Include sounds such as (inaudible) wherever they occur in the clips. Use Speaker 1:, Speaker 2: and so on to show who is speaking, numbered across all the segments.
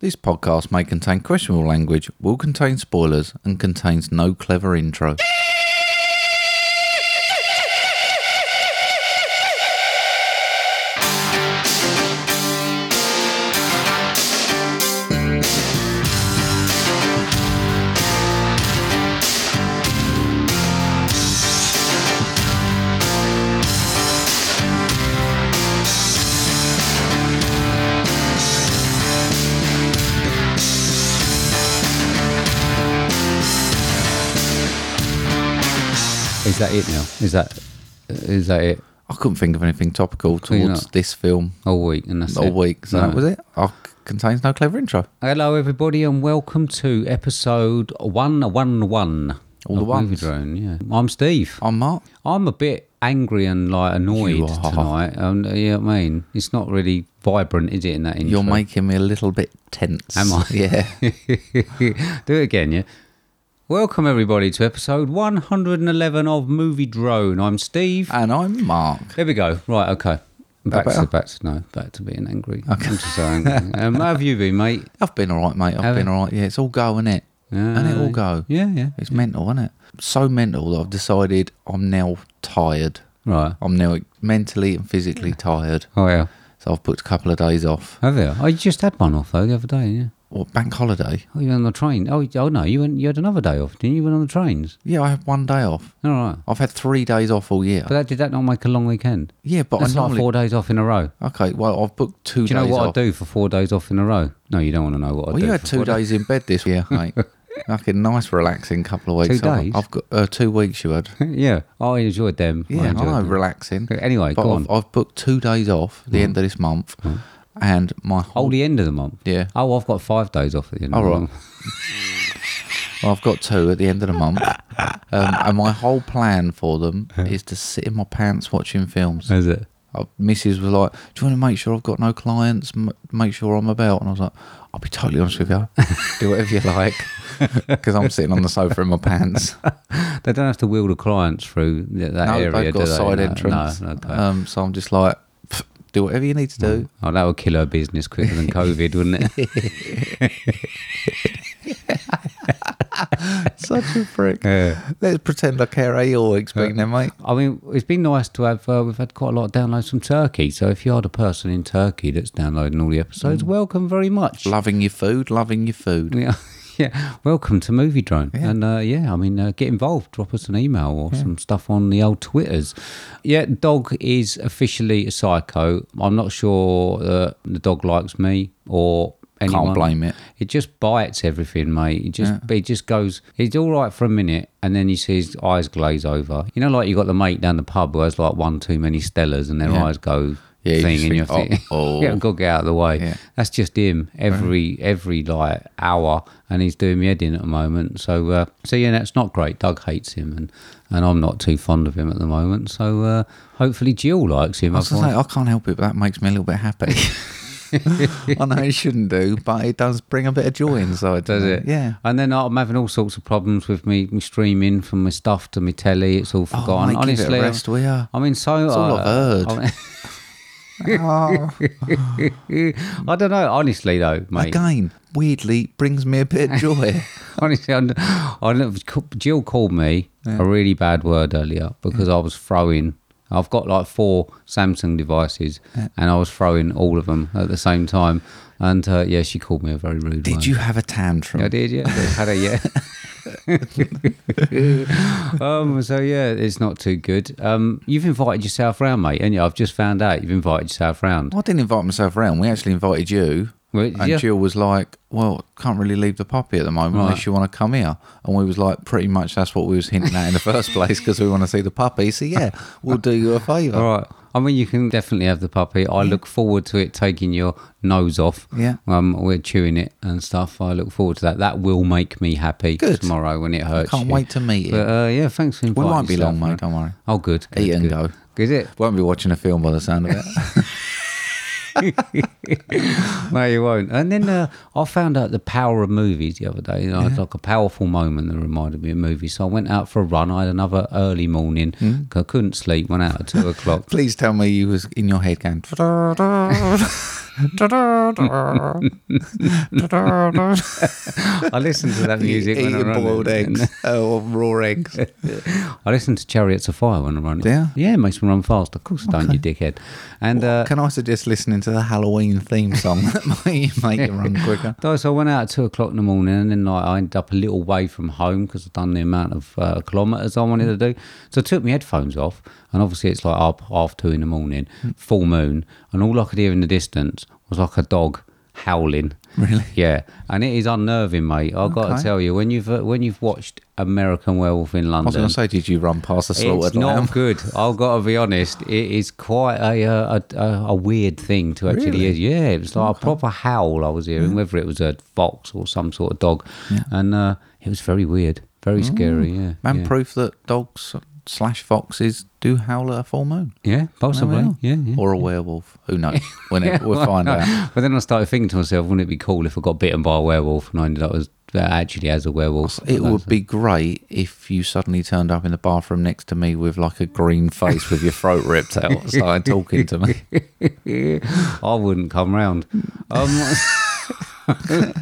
Speaker 1: This podcast may contain questionable language, will contain spoilers, and contains no clever intro.
Speaker 2: Is that it now? Is that is that it
Speaker 1: I couldn't think of anything topical
Speaker 2: you
Speaker 1: towards
Speaker 2: not?
Speaker 1: this film
Speaker 2: all week? And that's
Speaker 1: all
Speaker 2: it?
Speaker 1: week, so
Speaker 2: No.
Speaker 1: that was it. Oh, c- contains no clever intro.
Speaker 2: Hello, everybody, and welcome to episode one one one.
Speaker 1: All the
Speaker 2: of Movie
Speaker 1: ones.
Speaker 2: Drone. Yeah, I'm Steve.
Speaker 1: I'm Mark.
Speaker 2: I'm a bit angry and like annoyed
Speaker 1: You are.
Speaker 2: tonight. Um, you know what I mean? It's not really vibrant, is it? In that intro,
Speaker 1: You're making me a little bit tense.
Speaker 2: Am I?
Speaker 1: (laughs) Yeah.
Speaker 2: (laughs) Do it again, yeah. Welcome everybody to episode 111 of Movie Drone. I'm Steve.
Speaker 1: and I'm Mark.
Speaker 2: There we go. Right, okay. Back
Speaker 1: better?
Speaker 2: to back to no, back to being
Speaker 1: (laughs)
Speaker 2: angry. I'm just so angry. Um, how have you been, mate?
Speaker 1: I've been all right, mate. I've
Speaker 2: Have
Speaker 1: been
Speaker 2: it?
Speaker 1: all right. Yeah, it's all go, is it? and it all
Speaker 2: Uh,
Speaker 1: go.
Speaker 2: Yeah, yeah.
Speaker 1: It's mental, isn't it? So mental that I've decided I'm now tired.
Speaker 2: Right.
Speaker 1: I'm now mentally and physically tired.
Speaker 2: Oh yeah.
Speaker 1: So I've put a couple of days off.
Speaker 2: Have you? Oh, you just had one off though the other day. Yeah.
Speaker 1: Well, bank holiday.
Speaker 2: Oh, you went on the train. Oh, you- oh no, you went. You had another day off, didn't you? You went on the trains.
Speaker 1: Yeah, I have one day off.
Speaker 2: All right.
Speaker 1: I've had three days off all year.
Speaker 2: But that did that not make a long weekend?
Speaker 1: yeah, but
Speaker 2: That's
Speaker 1: I normally
Speaker 2: like four days off in a row.
Speaker 1: okay. Well, I've booked two.
Speaker 2: Do you know
Speaker 1: days
Speaker 2: what
Speaker 1: off.
Speaker 2: I do for four days off in a row? No, you don't want to know what I
Speaker 1: Well,
Speaker 2: do.
Speaker 1: you had
Speaker 2: for
Speaker 1: two
Speaker 2: four
Speaker 1: days in bed this year, mate. Fucking nice, relaxing couple of
Speaker 2: Two
Speaker 1: weeks. I've-
Speaker 2: days?
Speaker 1: I've got uh, two weeks. You had.
Speaker 2: (laughs) yeah, I enjoyed them.
Speaker 1: Yeah, I,
Speaker 2: enjoyed
Speaker 1: know,
Speaker 2: them.
Speaker 1: relaxing.
Speaker 2: Anyway,
Speaker 1: But
Speaker 2: go
Speaker 1: I've,
Speaker 2: on. Mm.
Speaker 1: I've booked two days off the end of this month, and my whole
Speaker 2: Oh, the end of the month.
Speaker 1: (laughs) yeah.
Speaker 2: Oh, I've got five days off at the end.
Speaker 1: All
Speaker 2: of the
Speaker 1: Oh, right.
Speaker 2: month. (laughs)
Speaker 1: Well, I've got two at the end of the month, um, and my whole plan for them is to sit in my pants watching films.
Speaker 2: Is it?
Speaker 1: Uh, Mrs. was like, "Do you want to make sure I've got no clients? M- make sure I'm about." And I was like, "I'll be totally honest with you. Do whatever you like,
Speaker 2: (laughs)
Speaker 1: because I'm sitting on the sofa in my pants.
Speaker 2: They don't have to wheel the clients through th- (laughs) that
Speaker 1: no,
Speaker 2: area.
Speaker 1: they've got
Speaker 2: do
Speaker 1: a
Speaker 2: they?
Speaker 1: side
Speaker 2: No,
Speaker 1: entrance.
Speaker 2: No, okay.
Speaker 1: um, so I'm just like, "Pff, do whatever you need to
Speaker 2: (laughs)
Speaker 1: do.
Speaker 2: Oh, that would kill her business quicker
Speaker 1: (laughs)
Speaker 2: than COVID, wouldn't it?
Speaker 1: Such a prick.
Speaker 2: Yeah.
Speaker 1: Let's pretend I care how you're expecting, it, mate.
Speaker 2: I mean, it's been nice to have. Uh, we've had quite a lot of downloads from Turkey. So if you are the person in Turkey that's downloading all the
Speaker 1: Mm.
Speaker 2: episodes, welcome very much.
Speaker 1: Loving your food, loving your food.
Speaker 2: (laughs) Yeah, yeah. Welcome to Movie Drone.
Speaker 1: Yeah.
Speaker 2: And uh, yeah, I mean, uh, get involved. Drop us an email or some stuff on the old Twitters. Yeah, dog is officially a psycho. I'm not sure that the dog likes me or anyone.
Speaker 1: Can't blame it.
Speaker 2: It just bites everything, mate. It just it just goes. He's all right for a minute, and then you see his eyes glaze over. You know, like you got the mate down the pub who has like one too many Stellas, and their
Speaker 1: Yeah.
Speaker 2: eyes go
Speaker 1: Yeah, you
Speaker 2: thing, (laughs)
Speaker 1: just
Speaker 2: and you're
Speaker 1: think,
Speaker 2: thinking,
Speaker 1: "Oh,
Speaker 2: yeah, got to get out of the way.
Speaker 1: Yeah.
Speaker 2: That's just him every every like hour, and he's doing me head in at the moment. So uh, so yeah, that's not great. Doug hates him, and and I'm not too fond of him at the moment. So uh, hopefully Jill likes him.
Speaker 1: I was gonna
Speaker 2: Otherwise-
Speaker 1: say, I can't help it, but that makes me a little bit
Speaker 2: (laughs)
Speaker 1: happy. (laughs) I know it shouldn't do, but it does bring a bit of joy inside.
Speaker 2: Does
Speaker 1: doesn't
Speaker 2: it?
Speaker 1: Yeah.
Speaker 2: And then I'm having all sorts of problems with me, me streaming from my stuff to my telly. It's all forgotten.
Speaker 1: Oh, mate, give it a
Speaker 2: Honestly, I'm-
Speaker 1: rest, will ya?
Speaker 2: I mean, so uh,
Speaker 1: It's all I've heard.
Speaker 2: I,
Speaker 1: (laughs)
Speaker 2: I don't know. Honestly, though, mate.
Speaker 1: Again, weirdly, brings me a bit of joy.
Speaker 2: (laughs) Honestly, I'm, I don't- Jill called me a really bad word earlier because I was throwing. I've got like four Samsung devices, and I was throwing all of them at the same time. And uh, yeah, she called me a very rude.
Speaker 1: Did
Speaker 2: one.
Speaker 1: you have a tantrum?
Speaker 2: I did, (laughs) yeah. They've had a yeah.
Speaker 1: (laughs)
Speaker 2: um, so yeah, it's not too good. Um, you've invited yourself round, mate, and I've just found out you've invited yourself round.
Speaker 1: Well, I didn't invite myself round. We actually invited you.
Speaker 2: Well,
Speaker 1: And
Speaker 2: yeah.
Speaker 1: Jill was like, "Well, can't really leave the puppy at the moment unless
Speaker 2: Right.
Speaker 1: you want to come here." And we was like, "Pretty much that's what we was hinting at in the first place because we want to see the puppy." So yeah, we'll do you a favour.
Speaker 2: All right. I mean, you can definitely have the puppy. I look forward to it taking your nose off.
Speaker 1: Yeah.
Speaker 2: Um, we're chewing it and stuff. I look forward to that. That will make me happy
Speaker 1: Good.
Speaker 2: tomorrow when it hurts.
Speaker 1: Can't
Speaker 2: you.
Speaker 1: wait to meet
Speaker 2: But
Speaker 1: you.
Speaker 2: uh, yeah, thanks for
Speaker 1: We
Speaker 2: inviting.
Speaker 1: won't be
Speaker 2: yourself
Speaker 1: long, mate.
Speaker 2: round.
Speaker 1: Don't worry.
Speaker 2: Oh, good.
Speaker 1: Eat
Speaker 2: good,
Speaker 1: and
Speaker 2: good.
Speaker 1: go.
Speaker 2: Is it?
Speaker 1: Won't be watching a film by the sound of it.
Speaker 2: (laughs) no, you won't. And then uh, I found out the power of movies the other day. You know, I had like a powerful moment that reminded me of movies. So I went out for a run. I had another early morning.
Speaker 1: Hmm?
Speaker 2: 'cause I couldn't sleep. Went out at two (laughs) o'clock.
Speaker 1: Please tell me you was in your head
Speaker 2: (laughs)
Speaker 1: going.
Speaker 2: I listened to
Speaker 1: (laughs)
Speaker 2: that music when I
Speaker 1: Eating
Speaker 2: ran.
Speaker 1: boiled eggs oh, or raw eggs.
Speaker 2: (laughs) I listened to Chariots of Fire when I run.
Speaker 1: Yeah?
Speaker 2: yeah, it makes me run fast. Of course, I don't you dickhead? And uh,
Speaker 1: Can I suggest listening to the Halloween theme song (laughs) that might
Speaker 2: (laughs)
Speaker 1: make you run quicker?
Speaker 2: No, so I went out at two o'clock in the morning, and then like, I ended up a little way from home because I've done the amount of uh, kilometres I wanted to do. So I took my headphones off, and obviously it's like up half two in the morning,
Speaker 1: Mm.
Speaker 2: full moon, and all I could hear in the distance was like a dog howling.
Speaker 1: Really?
Speaker 2: Yeah, and it is unnerving, mate. I've got
Speaker 1: Okay.
Speaker 2: to tell you, when you've uh, when you've watched American Werewolf in
Speaker 1: I was going
Speaker 2: London,
Speaker 1: to say, did you run past the
Speaker 2: it's
Speaker 1: slaughtered
Speaker 2: not
Speaker 1: (laughs) lamb?
Speaker 2: good. I've got to be honest. It is quite a uh, a, a, a weird thing to actually
Speaker 1: Really?
Speaker 2: hear. Yeah, it was like a proper howl I was hearing, whether it was a fox or some sort of dog, and uh, it was very weird, very scary. Yeah,
Speaker 1: Oh, Man,
Speaker 2: yeah.
Speaker 1: proof that dogs slash foxes do howl at a full moon.
Speaker 2: yeah,
Speaker 1: There we
Speaker 2: possibly.
Speaker 1: are.
Speaker 2: Yeah, yeah.
Speaker 1: Or a werewolf. Who
Speaker 2: (laughs)
Speaker 1: knows? Whenever we'll find out.
Speaker 2: But then I started thinking to myself, wouldn't it be cool if I got bitten by a werewolf and I ended up as uh, actually as a werewolf?
Speaker 1: It would be great if you suddenly turned up in the bathroom next to me with like a green face with your throat ripped out,
Speaker 2: (laughs)
Speaker 1: and started talking to me.
Speaker 2: I wouldn't come round.
Speaker 1: (laughs)
Speaker 2: Um, (laughs)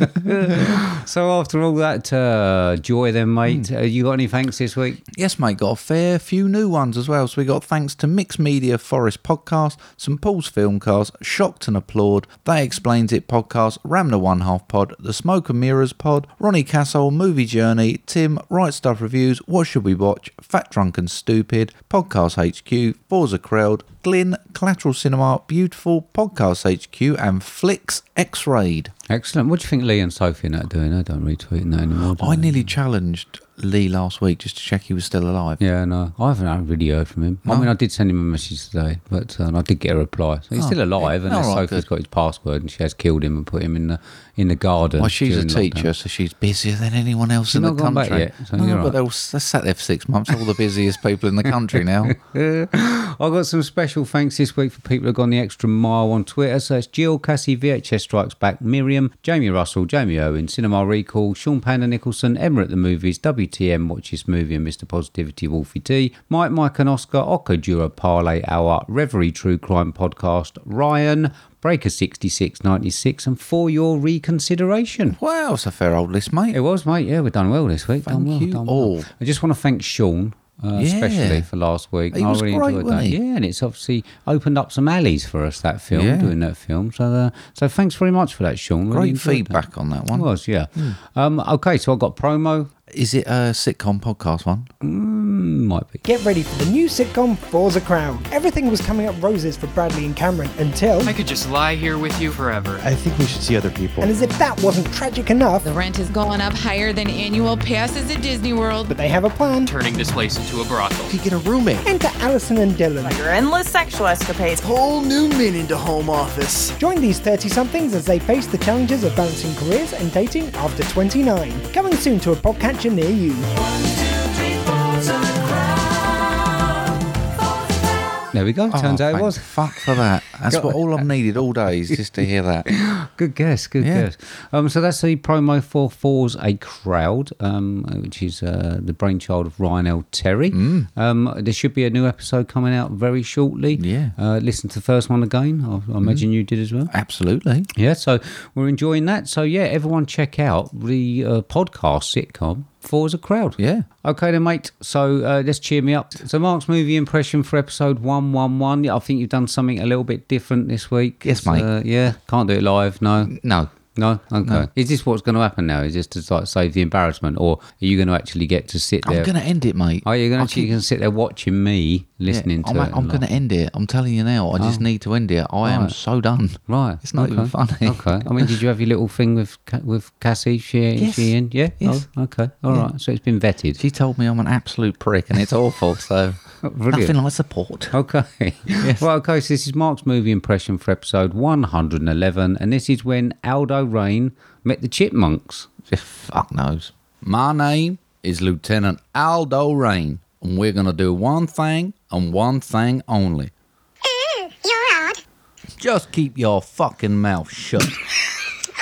Speaker 2: so after all that uh, joy, then, mate,
Speaker 1: Hmm.
Speaker 2: uh, you got any thanks this week?
Speaker 1: Yes, mate, got a fair few new ones as well. So we got thanks to Mixed Media Forest Podcast, St Paul's Filmcast, Shocked and Applaud, They Explains It Podcast, Ramner One Half Pod, The Smoke and Mirrors Pod, Ronnie Castle, Movie Journey, Tim, Right Stuff Reviews, What Should We Watch, Fat Drunk and Stupid, Podcast HQ, Forza Crowd, Glyn, Collateral Cinema, Beautiful, Podcast HQ, and Flicks X-Rayed.
Speaker 2: Excellent. What do you think Lee and Sophie are not doing? I don't retweeting that anymore. do
Speaker 1: I nearly challenged Lee last week just to check he was still alive.
Speaker 2: Yeah, no, I haven't I really heard from him. I mean, I did send him a message today, but uh, and I did get a reply. So he's still alive, and
Speaker 1: Oh, All right,
Speaker 2: Sophie's got his password, and she has killed him and put him in the in the garden.
Speaker 1: Well, she's a
Speaker 2: during lockdown.
Speaker 1: teacher, so she's busier than anyone else in the
Speaker 2: not gone back
Speaker 1: country.
Speaker 2: yet, so
Speaker 1: no,
Speaker 2: you're
Speaker 1: but
Speaker 2: right.
Speaker 1: they're, all, they're sat there for six months, all the busiest people in the country
Speaker 2: (laughs)
Speaker 1: now.
Speaker 2: I've got some special thanks this week for people who've gone the extra mile on Twitter. So it's Jill, Cassie, VHS Strikes Back, Miriam, Jamie Russell, Jamie Owen, Cinema Recall, Sean Panda Nicholson, Emma at the Movies, WTM Watch This Movie and Mr. Positivity Wolfie T, Mike, Mike and Oscar, Okajura Parlay Hour, Reverie True Crime Podcast, Ryan, Breaker 6696, and For Your Reconsideration.
Speaker 1: wow, it's a fair old list, mate.
Speaker 2: It was, mate. Yeah, we've done well this week. done
Speaker 1: Thank
Speaker 2: well.
Speaker 1: you
Speaker 2: done
Speaker 1: all.
Speaker 2: Well. I just want to thank Sean. Uh,
Speaker 1: Yeah.
Speaker 2: Especially for last week,
Speaker 1: He
Speaker 2: I
Speaker 1: was
Speaker 2: really
Speaker 1: great,
Speaker 2: enjoyed
Speaker 1: wasn't
Speaker 2: that.
Speaker 1: he?
Speaker 2: Yeah, and it's obviously opened up some alleys for us that film,
Speaker 1: Yeah.
Speaker 2: doing that film. So, uh, so thanks very much for that, Sean. Really
Speaker 1: Great
Speaker 2: enjoyed
Speaker 1: feedback on that
Speaker 2: That. It
Speaker 1: one. Hmm.
Speaker 2: was, yeah. Um, okay, so I got promo.
Speaker 1: Is it a sitcom podcast one?
Speaker 2: Mm, might be.
Speaker 3: Get ready for the new sitcom Forza Crown. Everything was coming up roses for Bradley and Cameron until,
Speaker 4: I could just lie here with you forever.
Speaker 5: I think we should see other people.
Speaker 3: and as if that wasn't tragic enough,
Speaker 6: The rent is going up higher than annual passes at Disney World.
Speaker 3: but they have a plan.
Speaker 4: Turning this place into a brothel.
Speaker 7: could get a roommate.
Speaker 3: Enter Allison and Dylan.
Speaker 8: your endless sexual escapades.
Speaker 7: Whole new meaning to home office.
Speaker 3: Join these 30 somethings as they face the challenges of balancing careers and dating after 29. Coming soon to a podcatcher near you.
Speaker 2: There we go. Turns
Speaker 1: Oh,
Speaker 2: out it
Speaker 1: thank
Speaker 2: was.
Speaker 1: Fuck for that. That's what all I've needed all day is just to hear that.
Speaker 2: (laughs) Good guess, good
Speaker 1: Yeah.
Speaker 2: guess. Um, so that's the promo for Fours a Crowd, um, which is uh, the brainchild of Ryan L. Terry.
Speaker 1: Mm.
Speaker 2: Um, there should be a new episode coming out very shortly.
Speaker 1: Yeah. Mm-hmm.
Speaker 2: Uh, listen to the first one again. I, I imagine you did as well.
Speaker 1: Absolutely.
Speaker 2: Yeah, so we're enjoying that. So, yeah, everyone check out the uh, podcast sitcom Fours a Crowd.
Speaker 1: Yeah.
Speaker 2: Okay, then, mate. So uh, just cheer me up. So, Mark's movie impression for episode one one one. I think you've done something a little bit different this week.
Speaker 1: Yes, mate.
Speaker 2: Uh, yeah, can't do it live. No,
Speaker 1: No.
Speaker 2: no. Okay. Is this what's going to happen now? Is this to like save the embarrassment, or are you going to actually get to sit
Speaker 1: I'm
Speaker 2: there?
Speaker 1: going to end it, mate.
Speaker 2: Are you going to
Speaker 1: I
Speaker 2: actually
Speaker 1: keep-
Speaker 2: Oh, gonna sit there watching me listening
Speaker 1: I'm,
Speaker 2: to it?
Speaker 1: I'm
Speaker 2: and
Speaker 1: going to
Speaker 2: like- Oh.
Speaker 1: end it. I'm telling you now. I just need to end it. I am
Speaker 2: Right.
Speaker 1: so done.
Speaker 2: Right,
Speaker 1: It's not even
Speaker 2: okay,
Speaker 1: funny.
Speaker 2: (laughs) Okay, I mean, did you have your little thing with Ca- with Cassie? She,
Speaker 1: Yes.
Speaker 2: she in? Yeah.
Speaker 1: Yes.
Speaker 2: Oh, okay. All right. So it's been vetted.
Speaker 1: She told me I'm an absolute prick and it's awful. So
Speaker 2: Brilliant.
Speaker 1: nothing I support.
Speaker 2: (laughs) Okay. Well, okay, so this is Mark's movie impression for episode 111, and this is when Aldo Rain met the Chipmunks.
Speaker 1: Fuck knows. My name is Lieutenant Aldo Rain,
Speaker 5: Mm,
Speaker 1: and we're going to do one thing and one thing only.
Speaker 9: You're odd.
Speaker 1: Just keep your fucking mouth shut.
Speaker 5: Alright,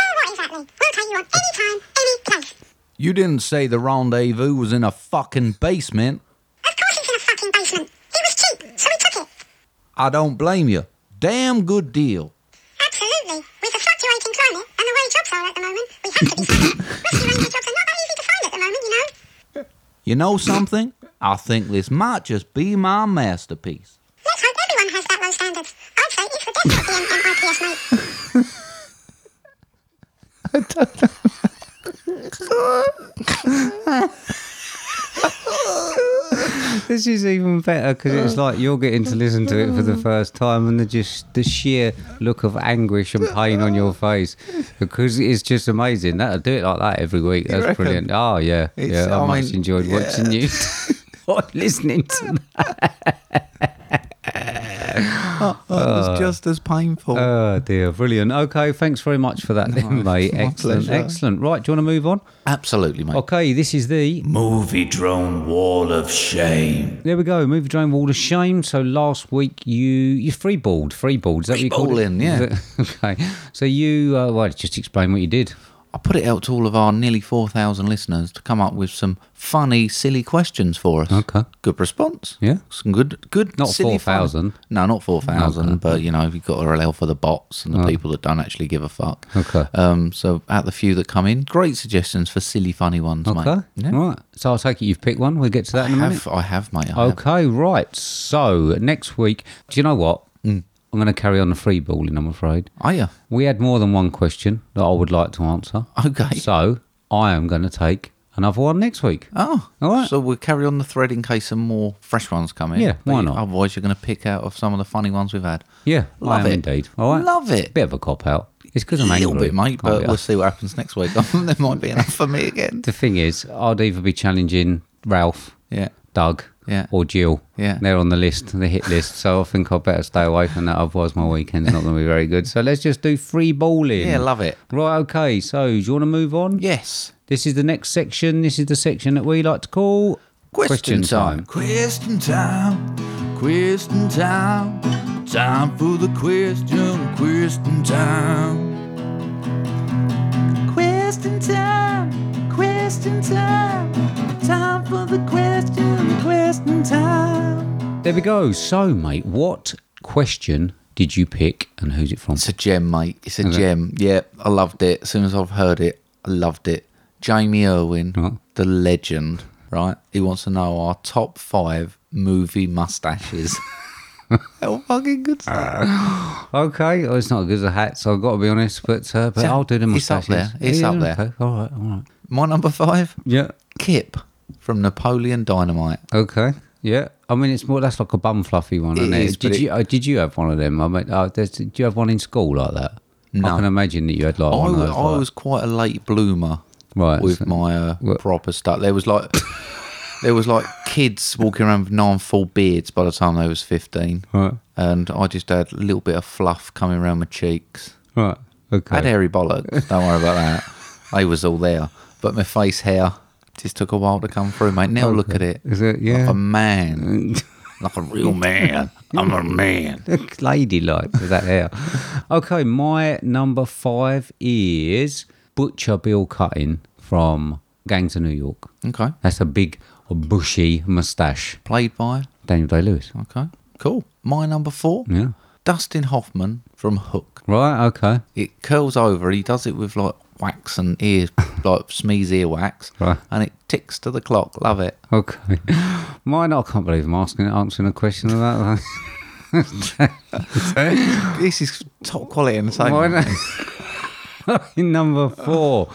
Speaker 5: Oh, exactly. We'll take you on any time, any place.
Speaker 1: you didn't say the rendezvous was in a fucking basement.
Speaker 5: Of course it's in a fucking basement. It was cheap, so we took it.
Speaker 1: I don't blame you. Damn good deal.
Speaker 5: Absolutely. With the fluctuating climate and the way jobs are at the moment, we have to be smart. Rescue ranger jobs are not that easy to find at the moment, you know.
Speaker 1: You know something? I think this might just be my masterpiece.
Speaker 5: Let's hope everyone has that low standards. I'd say it's the death of the MMIPS, mate.
Speaker 2: This is even better because
Speaker 1: Uh.
Speaker 2: it's like you're getting to listen to it for the first time, and the just the sheer look of anguish and pain on your face because it's just amazing. That do it like that every week. That's
Speaker 1: reckon?
Speaker 2: brilliant. Oh yeah,
Speaker 1: It's-
Speaker 2: yeah. I,
Speaker 1: I
Speaker 2: much
Speaker 1: mean,
Speaker 2: enjoyed watching you. (laughs)
Speaker 1: (laughs)
Speaker 2: or listening to
Speaker 1: That was just as painful.
Speaker 2: Oh dear, brilliant. Okay, thanks very much for that, then, mate.
Speaker 1: my
Speaker 2: Excellent,
Speaker 1: pleasure.
Speaker 2: excellent. Right, do you want to move on?
Speaker 1: Absolutely, mate.
Speaker 2: Okay, this is the
Speaker 8: Movie drone wall of shame.
Speaker 2: there we go. Movie Drone Wall of Shame. So last week you you free balled, free balled. Is that what you called it?
Speaker 1: Freeballed, yeah.
Speaker 2: Is it- (laughs) okay. So you uh, well just explain what you did.
Speaker 1: I put it out to all of our nearly 4,000 listeners to come up with some funny, silly questions for us.
Speaker 2: Okay.
Speaker 1: Good response.
Speaker 2: Yeah.
Speaker 1: Some good, good,
Speaker 2: Not
Speaker 1: silly,
Speaker 2: 4,000.
Speaker 1: fun- No, not 4,000,
Speaker 2: Okay. Oh.
Speaker 1: but you know, you've got to allow for the bots and the people that don't actually give a fuck.
Speaker 2: Okay.
Speaker 1: Um, so, at the few that come in, great suggestions for silly, funny ones,
Speaker 2: Okay.
Speaker 1: mate. Yeah.
Speaker 2: Right. So I'll take it you've picked one. We'll get to
Speaker 1: I
Speaker 2: that in a minute.
Speaker 1: have, I have, mate. I have.
Speaker 2: Okay, right. So next week, do you know what?
Speaker 1: Mm.
Speaker 2: I'm going to carry on the free balling, I'm afraid.
Speaker 1: Are you?
Speaker 2: We had more than one question that I would like to answer.
Speaker 1: Okay.
Speaker 2: So I am going to take another one next week.
Speaker 1: Oh,
Speaker 2: All right.
Speaker 1: So we'll carry on the thread in case some more fresh ones come in.
Speaker 2: Yeah, why
Speaker 1: But
Speaker 2: not?
Speaker 1: Otherwise, you're going to pick out of some of the funny ones we've had.
Speaker 2: yeah,
Speaker 1: love
Speaker 2: I am
Speaker 1: it.
Speaker 2: indeed. All right.
Speaker 1: Love it.
Speaker 2: Bit of a cop out. It's because I'm
Speaker 1: a
Speaker 2: angry.
Speaker 1: little bit, mate,
Speaker 2: Can't
Speaker 1: but
Speaker 2: be
Speaker 1: we'll
Speaker 2: asked.
Speaker 1: see what happens next week. (laughs) there might be enough for me again.
Speaker 2: the thing is, I'd either be challenging Ralph,
Speaker 1: Yeah.
Speaker 2: Doug,
Speaker 1: Yeah.
Speaker 2: or Jill.
Speaker 1: Yeah.
Speaker 2: They're on the list, the hit list. So I think I'd better stay away from that. Otherwise, my weekend's not going to be very good. So let's just do free balling.
Speaker 1: Yeah, love it.
Speaker 2: Right, okay. So do you want to move on?
Speaker 1: Yes.
Speaker 2: This is the next section. This is the section that we like to call
Speaker 1: Question time.
Speaker 8: Question time. Question time. Time for the question. Question time. Question time. Question time. Time for the question. Question time.
Speaker 2: There we go. So, mate, what question did you pick and who's it from?
Speaker 1: It's a gem, mate. It's a gem. Yeah, I loved it. As soon as I've heard it, I loved it. Jamie Irwin,
Speaker 2: Right.
Speaker 1: the legend, right? He wants to know our top five movie (laughs) mustaches. How fucking good stuff.
Speaker 2: Okay, well, it's not as good as a hat, so I've got to be honest, but uh, but
Speaker 1: Yeah,
Speaker 2: I'll do the
Speaker 1: it's up
Speaker 2: mustaches.
Speaker 1: there, it's
Speaker 2: Yeah,
Speaker 1: up there.
Speaker 2: okay, All right, all right.
Speaker 1: My number five,
Speaker 2: Yeah.
Speaker 1: Kip from Napoleon Dynamite.
Speaker 2: Okay. Yeah. I mean, it's more. That's like a bum fluffy one,
Speaker 1: It
Speaker 2: isn't it?
Speaker 1: is,
Speaker 2: did
Speaker 1: but it-
Speaker 2: you uh, Did you have one of them? I mean, uh, there's, did you have one in school like that?
Speaker 1: No.
Speaker 2: I can imagine that you had like
Speaker 1: I,
Speaker 2: one of
Speaker 1: wa-
Speaker 2: those.
Speaker 1: I
Speaker 2: like-
Speaker 1: was quite a late bloomer
Speaker 2: Oh, Right,
Speaker 1: with
Speaker 2: so-
Speaker 1: my uh,
Speaker 2: Wha-
Speaker 1: proper stuff. There was
Speaker 2: (laughs)
Speaker 1: like there was like kids walking around with nine full beards by the time they was fifteen,
Speaker 2: Right.
Speaker 1: and I just had a little bit of fluff coming around my cheeks.
Speaker 2: right. Okay.
Speaker 1: I had hairy bollocks. Don't worry about that. They was all there, but my face hair just took a while to come through, mate. Now look at it.
Speaker 2: Is it?
Speaker 1: Like
Speaker 2: Yeah.
Speaker 1: a man,
Speaker 2: (laughs)
Speaker 1: like a real man. I'm a man.
Speaker 2: Ladylike with that hair. Okay, my number five is Butcher Bill Cutting from Gangs of New York.
Speaker 1: Okay,
Speaker 2: That's a big bushy moustache.
Speaker 1: played by
Speaker 2: Daniel Day Lewis.
Speaker 1: okay, cool. My number four,
Speaker 2: Yeah.
Speaker 1: Dustin Hoffman from Hook.
Speaker 2: Right, okay.
Speaker 1: it curls over. He does it with like wax and
Speaker 2: (laughs)
Speaker 1: ear, like smeeze ear wax,
Speaker 2: Right.
Speaker 1: and it ticks to the clock. Love it.
Speaker 2: Okay. (laughs) Mine, I can't believe I'm asking answering a
Speaker 1: (laughs)
Speaker 2: question about that.
Speaker 1: This is top quality in the same.
Speaker 2: Mine, (laughs) number four.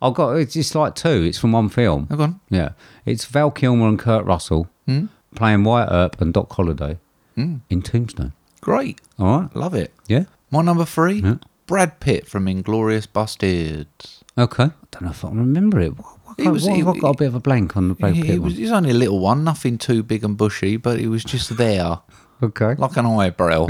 Speaker 2: I've got, it's just like two. It's from one film.
Speaker 1: Oh, go on.
Speaker 2: Yeah. It's Val Kilmer and Kurt Russell
Speaker 1: Hmm?
Speaker 2: playing Wyatt Earp and Doc Holliday in Tombstone.
Speaker 1: Great.
Speaker 2: All right.
Speaker 1: Love it.
Speaker 2: Yeah.
Speaker 1: My number three,
Speaker 2: Yeah.
Speaker 1: Brad Pitt from Inglorious Bastards.
Speaker 2: Okay. I don't know if I can remember it. Why- why
Speaker 1: He
Speaker 2: can't-
Speaker 1: was-
Speaker 2: why
Speaker 1: he-
Speaker 2: have I got a bit of a blank on the Brad
Speaker 1: He,
Speaker 2: Pitt
Speaker 1: he
Speaker 2: one?
Speaker 1: was, he was only a little one, nothing too big and bushy, but he was just
Speaker 2: (laughs)
Speaker 1: there,
Speaker 2: okay. (laughs)
Speaker 1: like an eyebrow.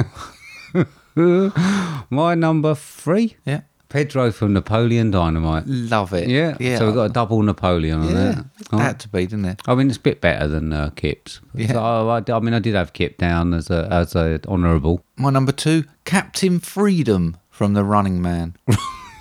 Speaker 2: My number three
Speaker 1: yeah.
Speaker 2: Pedro from Napoleon Dynamite.
Speaker 1: Love it.
Speaker 2: Yeah.
Speaker 1: yeah.
Speaker 2: So we got a double Napoleon on
Speaker 1: yeah.
Speaker 2: that. Oh.
Speaker 1: Had to be, didn't it?
Speaker 2: I mean, it's a bit better than uh, Kip's.
Speaker 1: Yeah.
Speaker 2: So oh, I, I- I mean, I did have Kip down as a as a honourable.
Speaker 1: My number two, Captain Freedom from The Running
Speaker 2: (laughs)
Speaker 1: Man.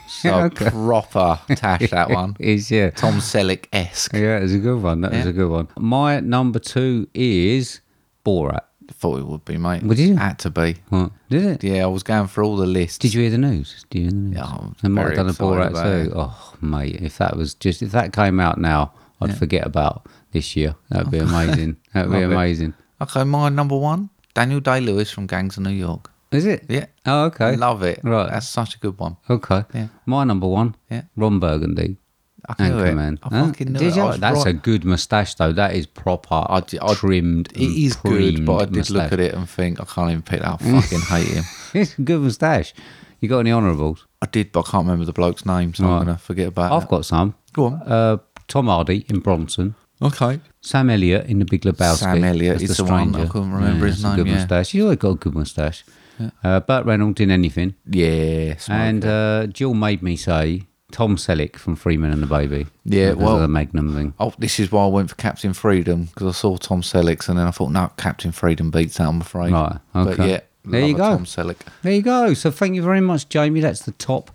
Speaker 1: so
Speaker 2: Okay.
Speaker 1: proper Tash that one.
Speaker 2: Is (laughs) yeah.
Speaker 1: Tom Selleck esque.
Speaker 2: Yeah, it's a good one. That was
Speaker 1: Yeah.
Speaker 2: a good one. My number two is Borat.
Speaker 1: Thought it would be, mate.
Speaker 2: Would you?
Speaker 1: Had to be.
Speaker 2: What? Did it?
Speaker 1: Yeah, I was going for all the lists.
Speaker 2: Did you hear the news? Did you hear the news?
Speaker 1: Yeah, I'm
Speaker 2: they might
Speaker 1: very
Speaker 2: have done a
Speaker 1: excited
Speaker 2: Borat
Speaker 1: about
Speaker 2: too. Oh, mate, if that was just if that came out now, I'd forget about this year.
Speaker 1: (laughs)
Speaker 2: That'd be amazing. That'd be
Speaker 1: Love it.
Speaker 2: amazing.
Speaker 1: Okay, my number one, Daniel Day Lewis from Gangs of New York.
Speaker 2: Is it?
Speaker 1: Yeah.
Speaker 2: Oh, okay.
Speaker 1: Love it.
Speaker 2: Right.
Speaker 1: That's such a good one.
Speaker 2: okay.
Speaker 1: Yeah.
Speaker 2: My number one.
Speaker 1: Yeah.
Speaker 2: Ron Burgundy.
Speaker 1: I knew it.
Speaker 2: Anchorman.
Speaker 1: I
Speaker 2: Huh?
Speaker 1: fucking knew
Speaker 2: Did
Speaker 1: it.
Speaker 2: you?
Speaker 1: I was
Speaker 2: That's
Speaker 1: right.
Speaker 2: a good moustache though. That is proper
Speaker 1: I d- I-
Speaker 2: trimmed.
Speaker 1: It is good, but I did look at it and think I can't even pick that. I fucking hate
Speaker 2: (laughs)
Speaker 1: him.
Speaker 2: It's a good moustache. You got any honourables?
Speaker 1: I did, but I can't remember the bloke's name, so I'm
Speaker 2: Right.
Speaker 1: gonna forget about
Speaker 2: I've
Speaker 1: it.
Speaker 2: got some.
Speaker 1: Go on.
Speaker 2: Uh, Tom Hardy in Bronson.
Speaker 1: Okay.
Speaker 2: Sam Elliott in The Big Lebowski.
Speaker 1: Sam Elliott
Speaker 2: That's
Speaker 1: is the one. I
Speaker 2: stranger.
Speaker 1: couldn't remember his
Speaker 2: that's a
Speaker 1: name,
Speaker 2: Good
Speaker 1: yeah.
Speaker 2: moustache. He's always got a good moustache. Uh, Burt Reynolds in anything.
Speaker 1: Yeah. Smoker.
Speaker 2: And uh, Jill made me say Tom Selleck from Three Men and a Baby.
Speaker 1: Yeah,
Speaker 2: Because of
Speaker 1: well-
Speaker 2: the Magnum thing.
Speaker 1: Oh, this is why I went for Captain Freedom because I saw Tom Selleck, and then I thought, no, Captain Freedom beats that. I'm afraid.
Speaker 2: Right,
Speaker 1: But
Speaker 2: okay.
Speaker 1: yeah,
Speaker 2: There
Speaker 1: love
Speaker 2: you
Speaker 1: a
Speaker 2: go.
Speaker 1: Tom Selleck.
Speaker 2: There you go. So thank you very much, Jamie. That's the top.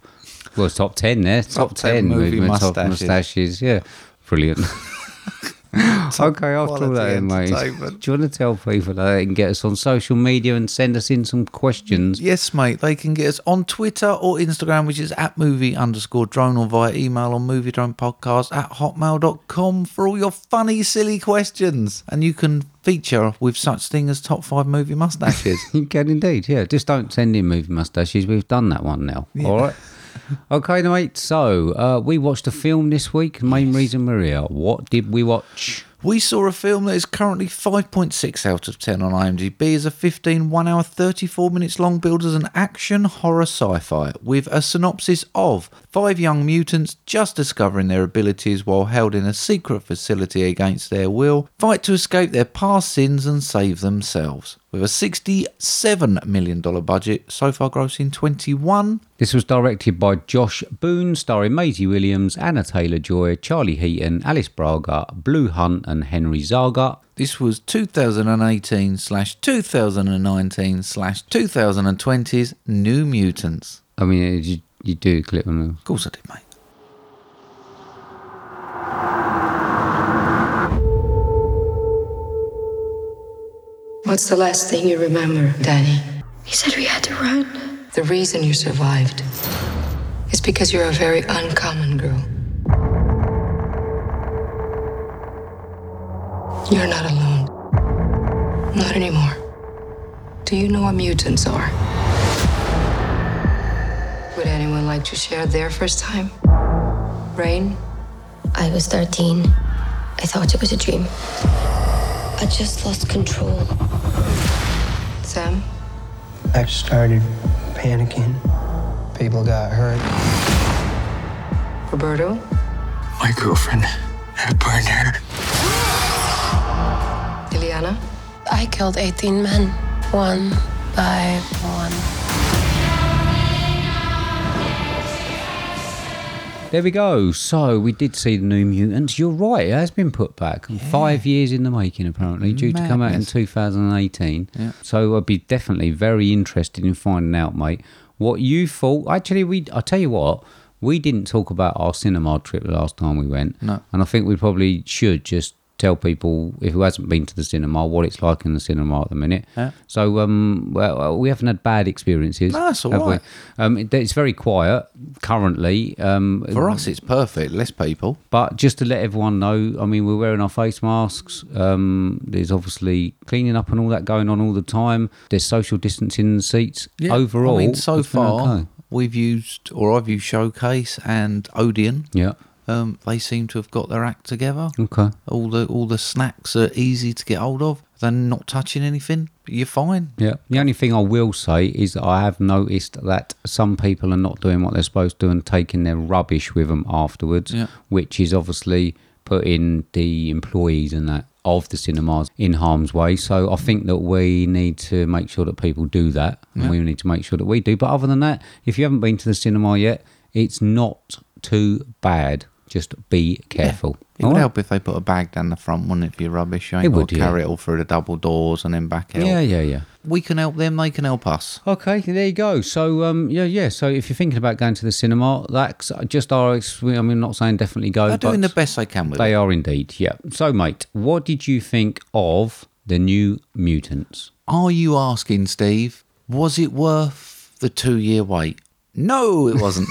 Speaker 2: Well, it's top ten there. Top,
Speaker 1: Top 10
Speaker 2: ten,
Speaker 1: movie
Speaker 2: movement, top
Speaker 1: moustaches.
Speaker 2: moustaches. Yeah, brilliant. okay, after all
Speaker 1: quality
Speaker 2: that, in, mate.
Speaker 1: entertainment.
Speaker 2: Do you want to tell people that they can get us on social media and send us in some questions?
Speaker 1: Yes, mate. They can get us on Twitter or Instagram, which is at movie underscore drone, or via email on movie drone podcast at hotmail.com for all your funny, silly questions. And you can feature with such thing as top five movie
Speaker 2: (laughs)
Speaker 1: mustaches.
Speaker 2: You can indeed, yeah. Just don't send in movie mustaches. We've done that one now. All right. Okay, then, mate. So uh, we watched a film this week. Main reason we're here. What did we watch?
Speaker 1: We saw a film that is currently 5.6 out of 10 on IMDb as a 15, 1 hour, 34 minutes long build as an action horror sci fi with a synopsis of five young mutants just discovering their abilities while held in a secret facility against their will fight to escape their past sins and save themselves. With a $67 million budget, so far grossing 21.
Speaker 2: This was directed by Josh Boone, starring Maisie Williams, Anna Taylor Joy, Charlie Heaton, Alice Braga, Blue Hunt, and Henry Zaga.
Speaker 1: This was 2018 slash 2019 slash 2020's New Mutants.
Speaker 2: I mean, you, you do clip on the
Speaker 1: Of course I did, mate.
Speaker 9: What's the last thing you remember, Danny?
Speaker 5: He said we had to run.
Speaker 9: The reason you survived is because you're a very uncommon girl. You're not alone. Not anymore. Do you know what mutants are? Would anyone like to share their first time? Rain?
Speaker 5: I was 13. I thought it was a dream. I just lost control.
Speaker 9: Sam?
Speaker 10: I started panicking. People got hurt.
Speaker 9: Roberto?
Speaker 10: My girlfriend had burned hair.
Speaker 9: Ileana?
Speaker 11: I killed 18 men, one by one.
Speaker 2: There we go. So we did see the New Mutants. You're right. It has been put back. Five years in the making, apparently, due to come out in
Speaker 1: Madness.
Speaker 2: 2018. So I'd be definitely very interested in finding out, mate, what you thought. Actually, we. I tell you what. We didn't talk about our cinema trip the last time we went.
Speaker 1: No.
Speaker 2: And I think we probably should just tell people if who hasn't been to the cinema what it's like in the cinema at the minute. So um, well, we haven't had bad experiences.
Speaker 1: No, that's all
Speaker 2: have we?
Speaker 1: right.
Speaker 2: Um, it- it's very quiet currently. Um,
Speaker 1: For us, it's perfect. Less people.
Speaker 2: but just to let everyone know, I mean, we're wearing our face masks. Um, there's obviously cleaning up and all that going on all the time. There's social distancing in the seats. Overall,
Speaker 1: I mean, so
Speaker 2: it's been
Speaker 1: far
Speaker 2: okay.
Speaker 1: we've used, or I've used Showcase and Odeon.
Speaker 2: yeah,
Speaker 1: Um, they seem to have got their act together.
Speaker 2: okay.
Speaker 1: All the all the snacks are easy to get hold of. They're not touching anything. You're fine.
Speaker 2: Yeah. The only thing I will say is that I have noticed that some people are not doing what they're supposed to and taking their rubbish with them afterwards,
Speaker 1: Yeah.
Speaker 2: which is obviously putting the employees and that of the cinemas in harm's way. So I think that we need to make sure that people do that and we need to make sure that we do. But other than that, if you haven't been to the cinema yet, It's not too bad. Just be careful.
Speaker 1: It would help if they put a bag down the front, wouldn't it, for your rubbish? You ain't
Speaker 2: It
Speaker 1: got
Speaker 2: would,
Speaker 1: to
Speaker 2: yeah.
Speaker 1: carry it all through the double doors and then back out.
Speaker 2: Yeah, yeah, yeah.
Speaker 1: We can help them, they can help us.
Speaker 2: Okay, there you go. So, um, yeah, yeah. So, if you're thinking about going to the cinema, that's just our. Ex- I mean, I'm not saying definitely go.
Speaker 1: They're doing
Speaker 2: Oh, but
Speaker 1: the best they can with
Speaker 2: They
Speaker 1: it.
Speaker 2: are indeed. Yeah. So, mate, what did you think of the New Mutants?
Speaker 1: Are you asking, Steve, was it worth the two year wait? No, it
Speaker 2: (laughs)
Speaker 1: wasn't.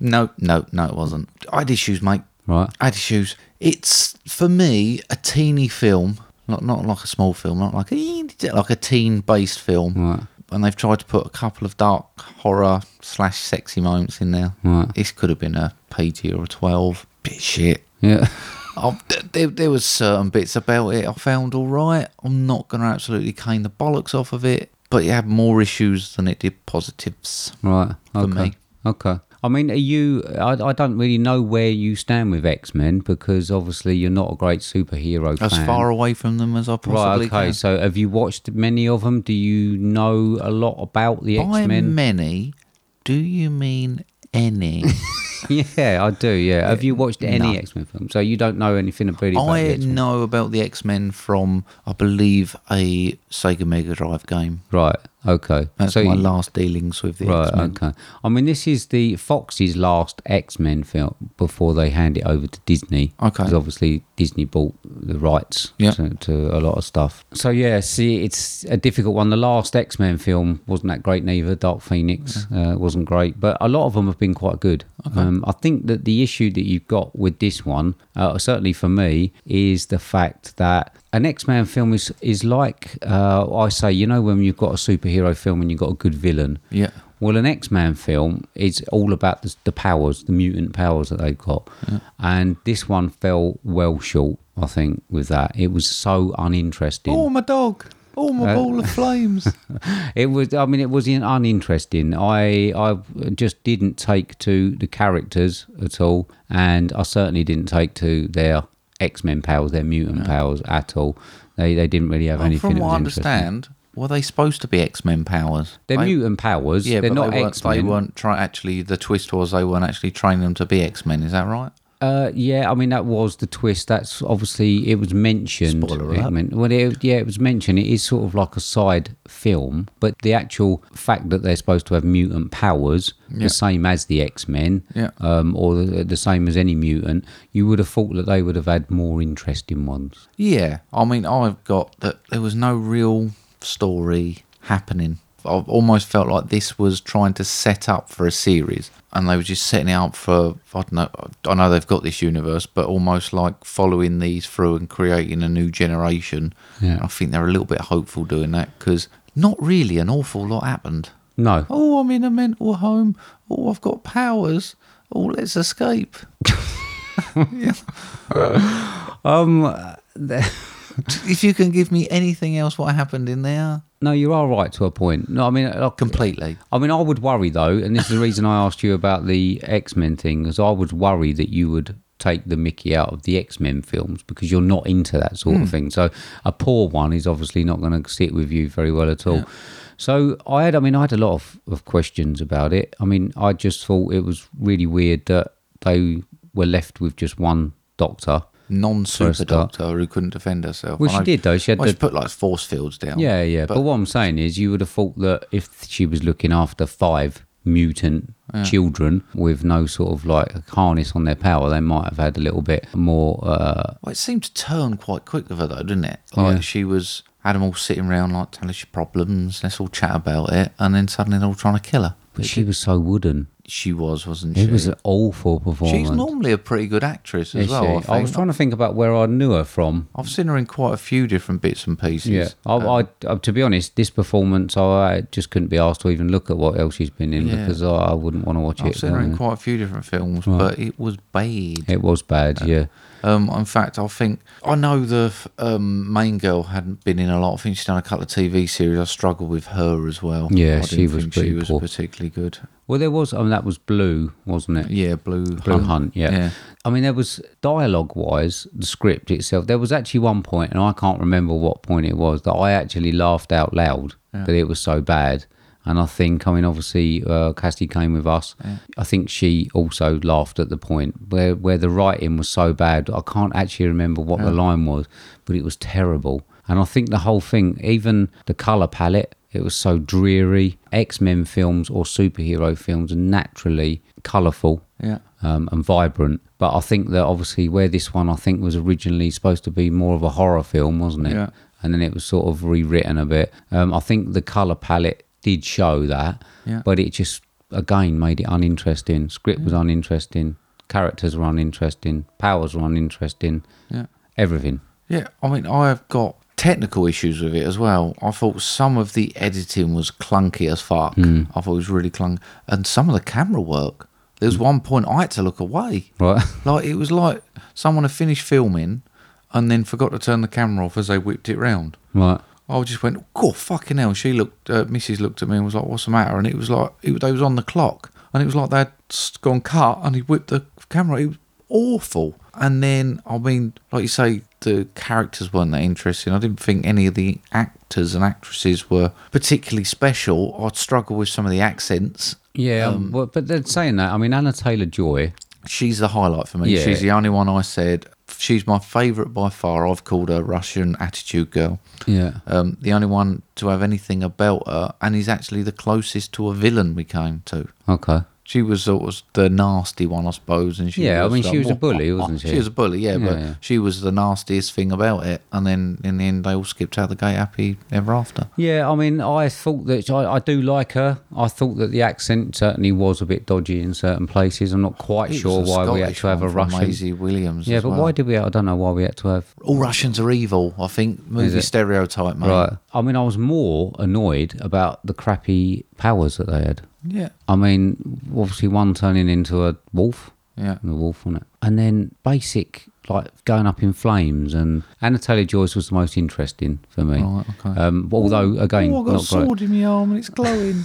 Speaker 1: no, no, no, it wasn't. I had issues, mate.
Speaker 2: Right.
Speaker 1: I had issues. It's, for me, a teeny film. Not, not like a small film, not like a, like a teen based film.
Speaker 2: Right.
Speaker 1: And they've tried to put a couple of dark horror slash sexy moments in there.
Speaker 2: Right.
Speaker 1: This could have been a PG or a 12. Bit shit.
Speaker 2: Yeah. (laughs)
Speaker 1: Oh, th- there, there was certain bits about it I found all right. I'm not going to absolutely cane the bollocks off of it, but it had more issues than it did positives.
Speaker 2: Right.
Speaker 1: For
Speaker 2: okay.
Speaker 1: me.
Speaker 2: Okay. I mean, are you? I, I don't really know where you stand with X Men because obviously you're not a great superhero
Speaker 1: As
Speaker 2: fan.
Speaker 1: far away from them as I
Speaker 2: Right.
Speaker 1: possibly
Speaker 2: Okay. So, have you watched many of them? Do you know a lot about the
Speaker 1: can.
Speaker 2: X
Speaker 1: By
Speaker 2: Men?
Speaker 1: many, do you mean
Speaker 2: (laughs)
Speaker 1: any?
Speaker 2: yeah, I do. Yeah. Have you watched any X Men film? So you don't know anything about it.
Speaker 1: I know about the X Men from, I believe, a Sega Mega Drive game.
Speaker 2: Right. Okay.
Speaker 1: That's
Speaker 2: so
Speaker 1: my
Speaker 2: you-
Speaker 1: last dealings with the
Speaker 2: Right. uh,
Speaker 1: X Men.
Speaker 2: Okay. I mean, this is the Fox's last X Men film before they hand it over to Disney.
Speaker 1: Okay.
Speaker 2: Because obviously Disney bought the rights
Speaker 1: Yeah.
Speaker 2: to, to a lot of stuff. So yeah, see, it's a difficult one. The last X Men film wasn't that great neither. Dark Phoenix uh, wasn't great, but a lot of them have been quite good. Um, I think that the issue that you've got with this one, uh, certainly for me, is the fact that an X Men film is is like uh, I say, you know, when you've got a superhero film and you've got a good villain.
Speaker 1: Yeah.
Speaker 2: Well, an X Man film is all about the, the powers, the mutant powers that they've got. And this one fell well short, I think, with that. It was so uninteresting.
Speaker 1: Oh, my dog. Oh, my
Speaker 2: Uh,
Speaker 1: ball of flames.
Speaker 2: It was, I mean, it was in- uninteresting. I, I just didn't take to the characters at all. And I certainly didn't take to their X Men powers, their mutant powers at all. They, they didn't really have
Speaker 1: Well,
Speaker 2: anything
Speaker 1: From
Speaker 2: that
Speaker 1: what
Speaker 2: was
Speaker 1: I
Speaker 2: interesting.
Speaker 1: understand, were they supposed to be X Men powers?
Speaker 2: They're
Speaker 1: They-
Speaker 2: mutant powers.
Speaker 1: Yeah,
Speaker 2: they're
Speaker 1: but
Speaker 2: not
Speaker 1: they weren't,
Speaker 2: X
Speaker 1: they
Speaker 2: Men.
Speaker 1: weren't try- actually. The twist was they weren't actually training them to be X Men. Is that right?
Speaker 2: Uh, yeah, I mean that was the twist. That's obviously it was mentioned.
Speaker 1: Spoiler
Speaker 2: It
Speaker 1: alert.
Speaker 2: meant- well, it, yeah, it was mentioned. It is sort of like a side film, but the actual fact that they're supposed to have mutant powers,
Speaker 1: Yeah.
Speaker 2: the same as the X Men,
Speaker 1: Yeah.
Speaker 2: um, or the, the same as any mutant, you would have thought that they would have had more interesting ones.
Speaker 1: Yeah. I mean, I've got that there was no real story happening. I've almost felt like this was trying to set up for a series, and they were just setting it up for I don't know. I know they've got this universe, but almost like following these through and creating a new generation.
Speaker 2: Yeah.
Speaker 1: I think they're a little bit hopeful doing that because not really an awful lot happened.
Speaker 2: No,
Speaker 1: Oh, I'm in a mental home. Oh, I've got powers. Oh, let's escape.
Speaker 2: um,
Speaker 1: if you can give me anything else, what happened in there?
Speaker 2: no, you are right to a point. No, I mean like,
Speaker 1: Completely.
Speaker 2: I mean, I would worry though, and this is the reason I asked you about the X Men thing, is I would worry that you would take the Mickey out of the X Men films because you're not into that sort of thing. So a poor one is obviously not going to sit with you very well at all. So I had, I mean, I had a lot of, of questions about it. I mean, I just thought it was really weird that they were left with just one doctor.
Speaker 1: Non super
Speaker 2: First up.
Speaker 1: doctor who couldn't defend herself.
Speaker 2: Well,
Speaker 1: I
Speaker 2: she
Speaker 1: know-
Speaker 2: did, though. She had
Speaker 1: well,
Speaker 2: the-
Speaker 1: she put like force fields down.
Speaker 2: Yeah, yeah. But,
Speaker 1: Oh. But,
Speaker 2: what I'm saying is, you would have thought that if she was looking after five mutant children with no sort of like harness on their power, they might have had a little bit more. Uh,
Speaker 1: well, it seemed to turn quite quick with her, though, didn't it? Like
Speaker 2: Yeah.
Speaker 1: she was had them all sitting around, like tell us your problems, let's all chat about it, and then suddenly they're all trying to kill her.
Speaker 2: but she was so wooden.
Speaker 1: She was, wasn't she?
Speaker 2: It was an awful performance.
Speaker 1: She's normally a pretty good actress as
Speaker 2: Is
Speaker 1: well.
Speaker 2: she?
Speaker 1: I,
Speaker 2: I,
Speaker 1: think.
Speaker 2: was trying to think about where I knew her from.
Speaker 1: I've seen her in quite a few different bits and pieces.
Speaker 2: Yeah, I, I, uh, to be honest, this performance, I just couldn't be asked to even look at what else she's been in
Speaker 1: Yeah.
Speaker 2: because I, I wouldn't want to watch
Speaker 1: I've
Speaker 2: it.
Speaker 1: seen her in
Speaker 2: uh,
Speaker 1: quite a few different films,
Speaker 2: Right.
Speaker 1: but it was bad.
Speaker 2: it was bad, yeah.
Speaker 1: Um, in fact, I think I know the um, main girl hadn't been in a lot. I think she's done a couple of TV series. I struggled with her as well.
Speaker 2: Yeah,
Speaker 1: I didn't
Speaker 2: she was
Speaker 1: think
Speaker 2: pretty
Speaker 1: she was
Speaker 2: poor.
Speaker 1: particularly good.
Speaker 2: Well, there was. I mean, that was Blue, wasn't it?
Speaker 1: Yeah, Blue
Speaker 2: Blue Hunt, yeah.
Speaker 1: yeah.
Speaker 2: I mean, there was dialogue wise, the script itself. There was actually one point, and I can't remember what point it was, that I actually laughed out loud that it was so bad. And I think, I mean, obviously, uh, Cassidy came with us. I think she also laughed at the point where, where the writing was so bad. I can't actually remember what the
Speaker 1: Yeah.
Speaker 2: line was, but it was terrible. And I think the whole thing, even the colour palette, it was so dreary. X Men films or superhero films are naturally colourful
Speaker 1: Yeah.
Speaker 2: um, and vibrant. But I think that obviously where this one I think was originally supposed to be more of a horror film, wasn't it?
Speaker 1: Yeah.
Speaker 2: And then it was sort of rewritten a bit. Um, I think the color palette did show that,
Speaker 1: Yeah.
Speaker 2: but it just again made it uninteresting. Script was uninteresting. Characters were uninteresting. Powers were uninteresting.
Speaker 1: Yeah.
Speaker 2: Everything.
Speaker 1: Yeah, I mean, I've got technical issues with it as well. I thought some of the editing was clunky as fuck.
Speaker 2: Hmm.
Speaker 1: I thought it was really clunky. And some of the camera work. There was
Speaker 2: Hmm.
Speaker 1: one point I had to look away.
Speaker 2: Right. (laughs)
Speaker 1: Like, it was like someone had finished filming and then forgot to turn the camera off as they whipped it round.
Speaker 2: Right.
Speaker 1: I just went, "God, fucking hell!" She looked, uh, Mrs. looked at me and was like, "What's the matter?" And it was like it was, they was on the clock, and it was like they'd s- gone cut, and he whipped the camera. It was awful. And then, I mean, like you say, the characters weren't that interesting. I didn't think any of the actors and actresses were particularly special. I'd struggle with some of the accents.
Speaker 2: Yeah.
Speaker 1: Um,
Speaker 2: well, but they're saying that. I mean, Anna Taylor Joy.
Speaker 1: She's the highlight for me.
Speaker 2: Yeah.
Speaker 1: She's the only one I said she's my favourite by far. I've called her Russian attitude girl.
Speaker 2: Yeah.
Speaker 1: um, the only one to have anything about her, and he's actually the closest to a villain we came to.
Speaker 2: Okay.
Speaker 1: She was sort of the nasty one, I suppose, and she
Speaker 2: Yeah, I mean, she was a
Speaker 1: "Wah, wah,
Speaker 2: bully,
Speaker 1: wah."
Speaker 2: wasn't she?
Speaker 1: She was a bully, yeah, but
Speaker 2: Yeah.
Speaker 1: she was the nastiest thing about it. And then in the end, they all skipped out the gate happy ever after.
Speaker 2: Yeah, I mean, I thought that I, I do like her. I thought that the accent certainly was a bit dodgy in certain places. I'm not quite
Speaker 1: It was
Speaker 2: sure
Speaker 1: the
Speaker 2: why we had
Speaker 1: Scottish
Speaker 2: to have a
Speaker 1: one from
Speaker 2: Russian.
Speaker 1: Maisie Williams
Speaker 2: Yeah,
Speaker 1: as
Speaker 2: but
Speaker 1: well.
Speaker 2: why did we? I don't know why we had to have.
Speaker 1: All Russians are evil, I think. Movie
Speaker 2: it?
Speaker 1: stereotype, mate.
Speaker 2: Right. I mean, I was more annoyed about the crappy powers that they had.
Speaker 1: Yeah.
Speaker 2: I mean, obviously one turning into a wolf.
Speaker 1: Yeah.
Speaker 2: The wolf on it. And then basic like going up in flames and Anna Taylor Joyce was the most interesting for me.
Speaker 1: Right, okay.
Speaker 2: Um although again
Speaker 1: oh, I got a
Speaker 2: not great.
Speaker 1: sword in my arm and it's
Speaker 2: (laughs)
Speaker 1: glowing.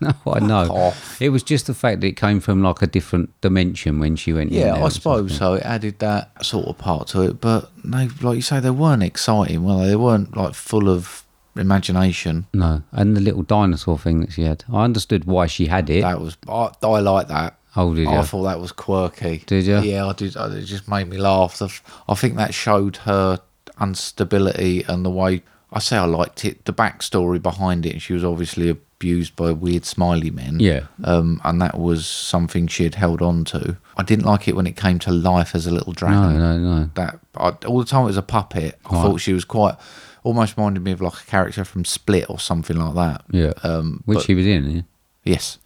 Speaker 2: No, I know. It was just the fact that it came from like a different dimension when she went in.
Speaker 1: Yeah,
Speaker 2: there
Speaker 1: I
Speaker 2: or
Speaker 1: suppose
Speaker 2: something.
Speaker 1: so. It added that sort of part to it, but they, like you say, they weren't exciting, were they? They weren't like full of imagination.
Speaker 2: No, and the little dinosaur thing that she had. I understood why she had it.
Speaker 1: That was I, I like that.
Speaker 2: oh, did
Speaker 1: I
Speaker 2: you?
Speaker 1: thought that was quirky.
Speaker 2: Did ya?
Speaker 1: Yeah, I did. I, it just made me laugh. The, f- I think that showed her instability and the way I say I liked it. The backstory behind it, she was obviously abused by weird smiley men.
Speaker 2: Yeah.
Speaker 1: um, and that was something she had held on to. I didn't like it when it came to life as a little dragon.
Speaker 2: no, no, no.
Speaker 1: that I, all the time it was a puppet. I
Speaker 2: Right.
Speaker 1: thought she was quite almost reminded me of like a character from Split or something like that.
Speaker 2: Yeah. Mm-hmm.
Speaker 1: Um,
Speaker 2: Which
Speaker 1: but-
Speaker 2: she was in. Yeah.
Speaker 1: Yes.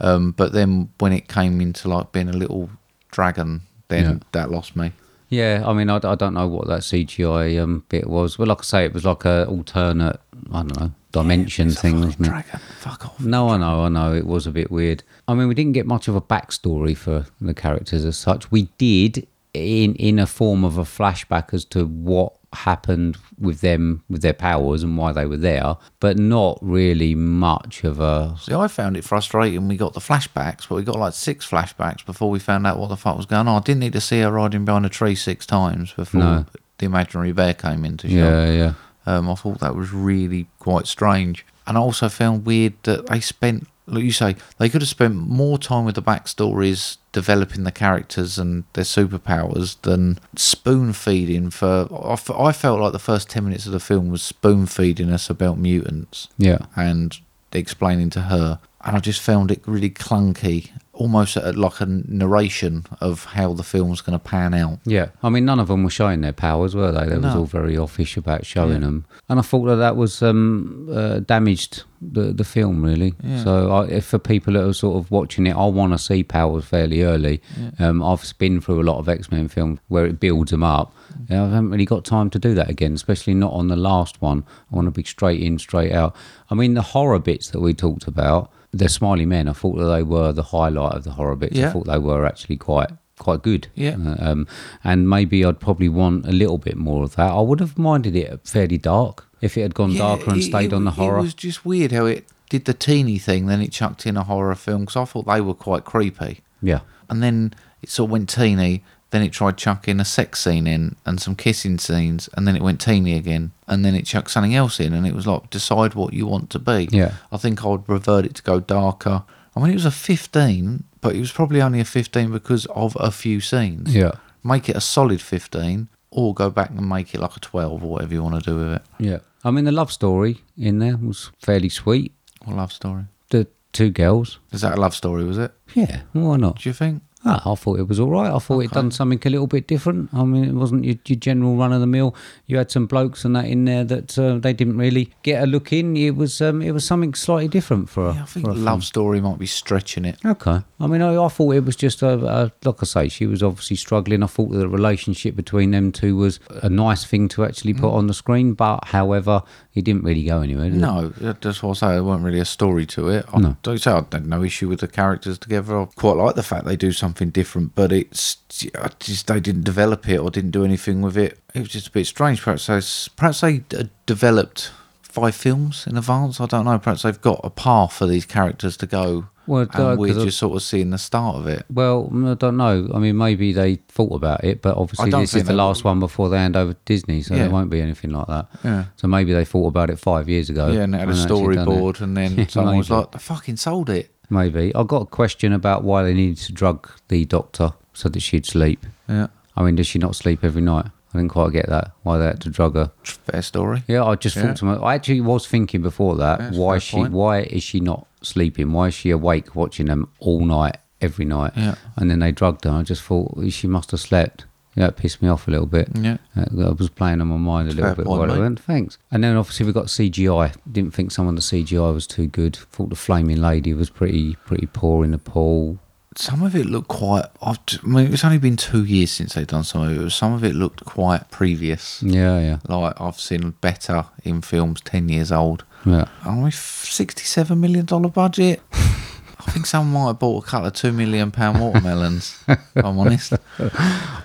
Speaker 1: Um, but then when it came into like being a little dragon, then
Speaker 2: Yeah.
Speaker 1: that lost me.
Speaker 2: Yeah, I mean, I, I don't know what that CGI um, bit was. Well, like I say, it was like a alternate, I don't know, dimension thing, wasn't it?
Speaker 1: Dragon, fuck off.
Speaker 2: No, I know, I know. It was a bit weird. I mean, we didn't get much of a backstory for the characters as such. We did in in a form of a flashback as to what happened with them, with their powers, and why they were there, but not really much of a.
Speaker 1: See, I found it frustrating. We got the flashbacks, but we got like six flashbacks before we found out what the fuck was going on. I didn't need to see her riding behind a tree six times before
Speaker 2: No.
Speaker 1: the imaginary bear came into shot.
Speaker 2: Yeah, yeah.
Speaker 1: Um, I thought that was really quite strange. And I also found weird that they spent, like you say, they could have spent more time with the backstories, developing the characters and their superpowers than spoon feeding for. I f- I felt like the first 10 minutes of the film was spoon feeding us about mutants
Speaker 2: Yeah.
Speaker 1: and explaining to her. And I just found it really clunky, almost at- like a narration of how the film's going to pan out.
Speaker 2: Yeah, I mean, none of them were showing their powers, were they? They was
Speaker 1: No.
Speaker 2: all very offish about showing them, and I thought that that was um, uh, damaged the the film really.
Speaker 1: Yeah.
Speaker 2: So, I, if for people that are sort of watching it, I want to see powers fairly early. Um, I've been through a lot of X Men films where it builds them up.
Speaker 1: Mm.
Speaker 2: And I haven't really got time to do that again, especially not on the last one. I want to be straight in, straight out. I mean, the horror bits that we talked about, the smiley men. I thought that they were the highlight of the horror bits. I
Speaker 1: Yeah.
Speaker 2: thought they were actually quite quite good.
Speaker 1: Yeah.
Speaker 2: Uh, um, and maybe I'd probably want a little bit more of that. I would have minded it fairly dark if it had gone
Speaker 1: Yeah,
Speaker 2: darker and
Speaker 1: it-
Speaker 2: stayed
Speaker 1: it-
Speaker 2: on the horror.
Speaker 1: It was just weird how it did the teeny thing, then it chucked in a horror film because I thought they were quite creepy,
Speaker 2: yeah,
Speaker 1: and then it sort of went teeny, Then it tried chucking a sex scene in and some kissing scenes, and then it went teeny again, and then it chucked something else in, and it was like decide what you want to be.
Speaker 2: Yeah.
Speaker 1: I think I would revert it to go darker. I mean, it was a 15, but it was probably only a 15 because of a few scenes.
Speaker 2: Yeah.
Speaker 1: Make it a solid 15, or go back and make it like a 12 or whatever you want to do with it.
Speaker 2: Yeah. I mean, the love story in there was fairly sweet.
Speaker 1: What love story?
Speaker 2: The two girls.
Speaker 1: Is that a love story, was it?
Speaker 2: Yeah. Why not?
Speaker 1: Do you think?
Speaker 2: Ah, I thought it was all right. I thought it done something a little bit different. I mean, it wasn't your, your general run of the mill. You had some blokes and that in there that uh, they didn't really get a look in. It was um, it was something slightly different for a,
Speaker 1: I think
Speaker 2: for a
Speaker 1: love story might be stretching it.
Speaker 2: film. Okay. I mean, I, I thought it was just a, a like I say, she was obviously struggling. I thought the relationship between them two was a nice thing to actually put on the screen. But however, it didn't really go anywhere. Did it?
Speaker 1: Mm. No, that- that's what I say. There wasn't really a story to it. I,
Speaker 2: No.
Speaker 1: Like I say, I had no issue with the characters together. I quite like the fact they do something different, but it's I just they didn't develop it or didn't do anything with it. It was just a bit strange. Perhaps they, perhaps they d- developed five films in advance. I don't know. Perhaps they've got a path for these characters to go,
Speaker 2: Well, no,
Speaker 1: and we're
Speaker 2: 'cause I-
Speaker 1: just sort of seeing the start of it.
Speaker 2: Well, mm, I don't know. I mean, maybe they thought about it, but obviously
Speaker 1: don't
Speaker 2: this
Speaker 1: think
Speaker 2: is the
Speaker 1: they
Speaker 2: last one before they hand over to Disney, so
Speaker 1: Yeah.
Speaker 2: there won't be anything like that.
Speaker 1: Yeah.
Speaker 2: So maybe they thought about it five years ago.
Speaker 1: Yeah, and it had a
Speaker 2: Oh, actually done it.
Speaker 1: storyboard, and
Speaker 2: (laughs) Yeah,
Speaker 1: then someone was
Speaker 2: maybe.
Speaker 1: like, "They fucking sold it."
Speaker 2: Maybe. I got a question about why they needed to drug the doctor so that she'd sleep.
Speaker 1: Yeah,
Speaker 2: I mean, does she not sleep every night? I didn't quite get that. Why they had to drug her?
Speaker 1: fair story.
Speaker 2: Yeah, I just
Speaker 1: Yeah.
Speaker 2: thought to myself. I actually was thinking before that.
Speaker 1: Yeah, it's a
Speaker 2: why
Speaker 1: fair
Speaker 2: she?
Speaker 1: point.
Speaker 2: Why is she not sleeping? Why is she awake watching them all night, every night?
Speaker 1: Yeah.
Speaker 2: And then they drugged her. I just thought well, she must have slept. Yeah, it pissed me off a little bit.
Speaker 1: Yeah.
Speaker 2: That that was playing on my mind a little
Speaker 1: Fair
Speaker 2: bit.
Speaker 1: point,
Speaker 2: while it
Speaker 1: mate.
Speaker 2: went. Thanks. And then obviously we got CGI. Didn't think some of the CGI was too good. Thought the flaming lady was pretty pretty poor in the pool.
Speaker 1: some of it looked quite. I've t- I mean, it's only been two years since they've done some of it. But some of it looked quite previous.
Speaker 2: Yeah, yeah,
Speaker 1: Like I've seen better in films ten years old.
Speaker 2: yeah.
Speaker 1: Only sixty-seven million dollar budget. I think someone might have bought a couple of two million pound watermelons. if I'm honest.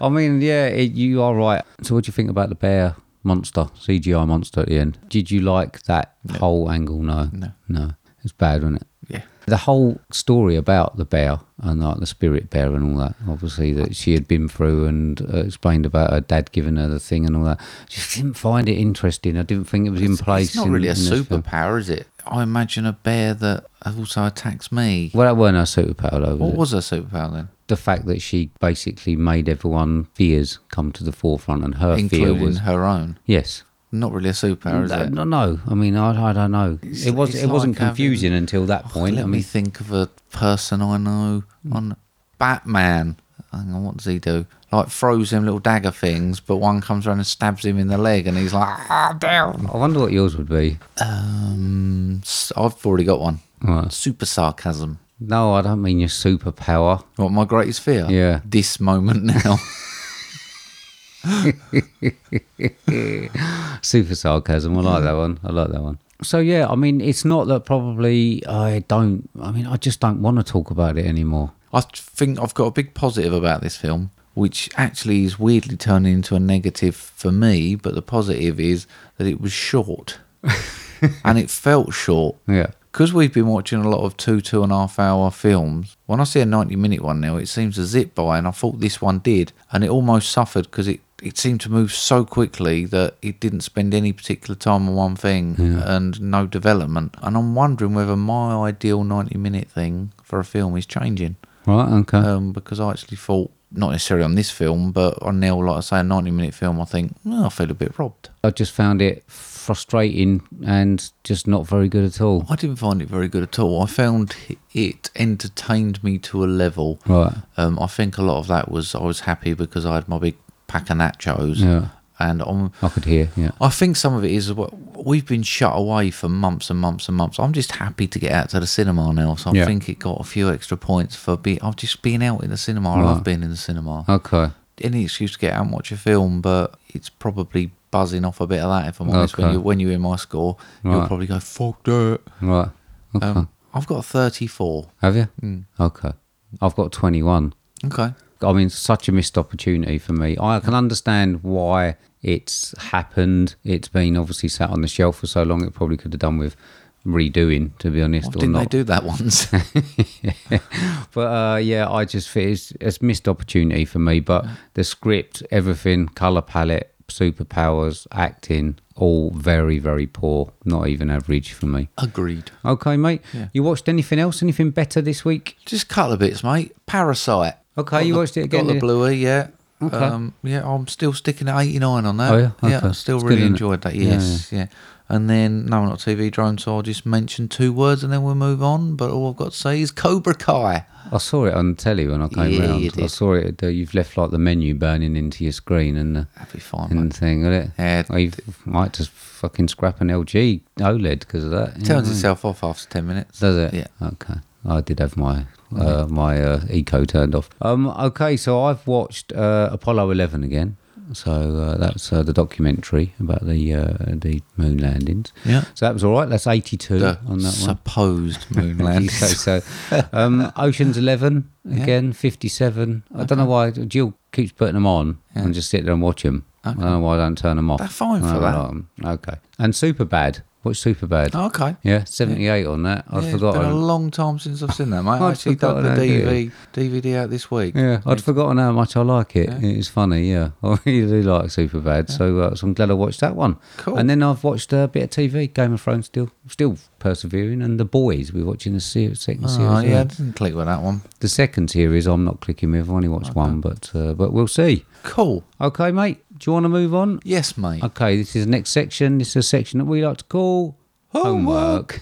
Speaker 2: I mean, yeah, it, you are right. So, what do you think about the bear monster, CGI monster at the end? Did you like that whole angle? No,
Speaker 1: No.
Speaker 2: no, it's bad, wasn't it?
Speaker 1: Yeah.
Speaker 2: The whole story about the bear and like the spirit bear and all that, obviously that she had been through and uh, explained about her dad giving her the thing and all that. Just didn't find it interesting. I didn't think it was in place.
Speaker 1: It's not
Speaker 2: in-
Speaker 1: really a
Speaker 2: in this uh, film.
Speaker 1: superpower, is it? I imagine a bear that also attacks me.
Speaker 2: Well, that weren't a superpower though. Was
Speaker 1: What
Speaker 2: it?
Speaker 1: was her superpower then?
Speaker 2: the fact that she basically made everyone fears come to the forefront, and her
Speaker 1: Including
Speaker 2: fear was
Speaker 1: her own.
Speaker 2: yes,
Speaker 1: Not really a superpower, is
Speaker 2: No,
Speaker 1: it?
Speaker 2: no, no. I mean, I, I don't know. it was
Speaker 1: it's
Speaker 2: it wasn't
Speaker 1: like having-
Speaker 2: confusing until that
Speaker 1: Oh,
Speaker 2: point.
Speaker 1: Let
Speaker 2: I
Speaker 1: me
Speaker 2: mean,
Speaker 1: think of a person I know
Speaker 2: Hmm.
Speaker 1: on Batman. Hang on, what does he do? Like throws him little dagger things, but one comes around and stabs him in the leg, and he's like, "Ah, down."
Speaker 2: I wonder what yours would be.
Speaker 1: Um, s- I've already got one.
Speaker 2: Right.
Speaker 1: Super sarcasm.
Speaker 2: No, I don't mean your superpower. (laughs)
Speaker 1: What my greatest fear?
Speaker 2: Yeah.
Speaker 1: This
Speaker 2: (laughs)
Speaker 1: moment now.
Speaker 2: Super sarcasm. I like that one. I like that one. Mm. So yeah, I mean, it's not that probably I don't. I mean, I just don't want to talk about it anymore.
Speaker 1: I think I've got a big positive about this film, which actually is weirdly turning into a negative for me. But the positive is that it was
Speaker 2: (laughs)
Speaker 1: short, and it felt short.
Speaker 2: Yeah.
Speaker 1: Because we've been watching a lot of two, two and a half hour films, when I see a 90 minute one now, it seems to zip by, and I thought this one did, and it almost suffered because it, it seemed to move so quickly that it didn't spend any particular time on one thing and no development. And I'm wondering whether my ideal 90 minute thing for a film is changing
Speaker 2: Right. Okay.
Speaker 1: um, because I actually thought, not necessarily on this film, but on now, like I say, a 90 minute film, I think, "Oh, I feel a bit robbed.
Speaker 2: I just found it frustrating and just not very good at all.
Speaker 1: I didn't find it very good at all. I found it entertained me to a level.
Speaker 2: Right.
Speaker 1: Um, I think a lot of that was I was happy because I had my big pack of nachos.
Speaker 2: Yeah.
Speaker 1: And I'm,
Speaker 2: I could hear. Yeah.
Speaker 1: I think some of it is what we've been shut away for months and months and months. I'm just happy to get out to the cinema now. So I
Speaker 2: Yeah.
Speaker 1: think it got a few extra points for be, I've just been out in the cinema. I
Speaker 2: Right.
Speaker 1: love being in the cinema.
Speaker 2: Okay.
Speaker 1: any excuse to get out and watch a film, but it's probably buzzing off a bit of that. If I'm honest, when
Speaker 2: Okay.
Speaker 1: you when you're in my score, you'll
Speaker 2: Right.
Speaker 1: probably go fuck that.
Speaker 2: Right. Okay.
Speaker 1: Um, I've got 34.
Speaker 2: Have you? Okay. I've got twenty-one.
Speaker 1: Okay,
Speaker 2: I mean, such a missed opportunity for me. I can understand why it's happened. It's been obviously sat on the shelf for so long. It probably could have done with redoing, to be honest.
Speaker 1: Why
Speaker 2: or
Speaker 1: didn't they
Speaker 2: not.
Speaker 1: do that (laughs)
Speaker 2: (laughs)
Speaker 1: once?
Speaker 2: but uh, yeah, I just feel it's, it's missed opportunity for me. But the script, everything, color palette, superpowers, acting, all very very poor. Not even average for me.
Speaker 1: Agreed.
Speaker 2: Okay, mate.
Speaker 1: Yeah.
Speaker 2: You watched anything else? Anything better this week?
Speaker 1: Just a couple of bits, mate. Parasite.
Speaker 2: Okay, you watched it again,
Speaker 1: Got the
Speaker 2: did-
Speaker 1: bluey, yeah.
Speaker 2: Okay.
Speaker 1: Um, yeah, I'm still sticking at 89 on that.
Speaker 2: Oh, yeah? Okay.
Speaker 1: I still
Speaker 2: It's good,
Speaker 1: really
Speaker 2: isn't it?
Speaker 1: enjoyed that.
Speaker 2: Yeah,
Speaker 1: Yes, yeah. And then, no, not TV drone, so I'll just mention two words and then we'll move on. But all I've got to say is Cobra Kai.
Speaker 2: I saw it on telly when I came
Speaker 1: Yeah,
Speaker 2: round.
Speaker 1: you
Speaker 2: I
Speaker 1: did.
Speaker 2: saw it. that You've left like the menu burning into your screen and the
Speaker 1: That'd be fine,
Speaker 2: and
Speaker 1: mate.
Speaker 2: thing, would it?
Speaker 1: Yeah.
Speaker 2: I might just fucking scrap an LG OLED because E of that. you know what I
Speaker 1: Turns
Speaker 2: mean?
Speaker 1: itself off after 10 minutes.
Speaker 2: Does it?
Speaker 1: Yeah.
Speaker 2: Okay. I did have my uh, my uh, eco turned off. Um. Okay. So I've watched uh, Apollo Eleven again. So uh, that's uh, the documentary about the uh, the moon landings.
Speaker 1: Yeah.
Speaker 2: So that was all right. That's eighty two
Speaker 1: The
Speaker 2: on that one. (laughs)
Speaker 1: supposed moon
Speaker 2: Land.
Speaker 1: landings.
Speaker 2: so so. Um,
Speaker 1: (laughs)
Speaker 2: Ocean's Eleven again, fifty-seven. I don't know why Jill keeps putting them on and just sit there and watch them. I don't know why I don't turn them off.
Speaker 1: They're fine for
Speaker 2: I don't
Speaker 1: that.
Speaker 2: like 'em. Okay. And Superbad. What's Superbad?
Speaker 1: Okay.
Speaker 2: Yeah, seventy-eight on that. I
Speaker 1: Yeah,
Speaker 2: forgot.
Speaker 1: It's been a long time since I've seen that,
Speaker 2: (laughs)
Speaker 1: mate. I
Speaker 2: I'd
Speaker 1: actually dug the
Speaker 2: forgotten how good.
Speaker 1: DV, DVD out this week.
Speaker 2: Yeah, I'd forgotten how much I like it. It's funny, yeah. (laughs) I really do like Superbad, so, uh, so I'm glad I watched that one.
Speaker 1: Cool.
Speaker 2: And then I've watched a bit of TV, Game of Thrones, still still persevering, and The Boys. We're watching the se- second
Speaker 1: Oh,
Speaker 2: series.
Speaker 1: yeah, I
Speaker 2: of that.
Speaker 1: didn't click with that one.
Speaker 2: The second series, I'm not clicking with. I've only watched one, but uh, but we'll see.
Speaker 1: Cool.
Speaker 2: Okay, mate. Do you want to move on?
Speaker 1: Yes, mate.
Speaker 2: Okay, this is the next section. This is a section that we like to call homework.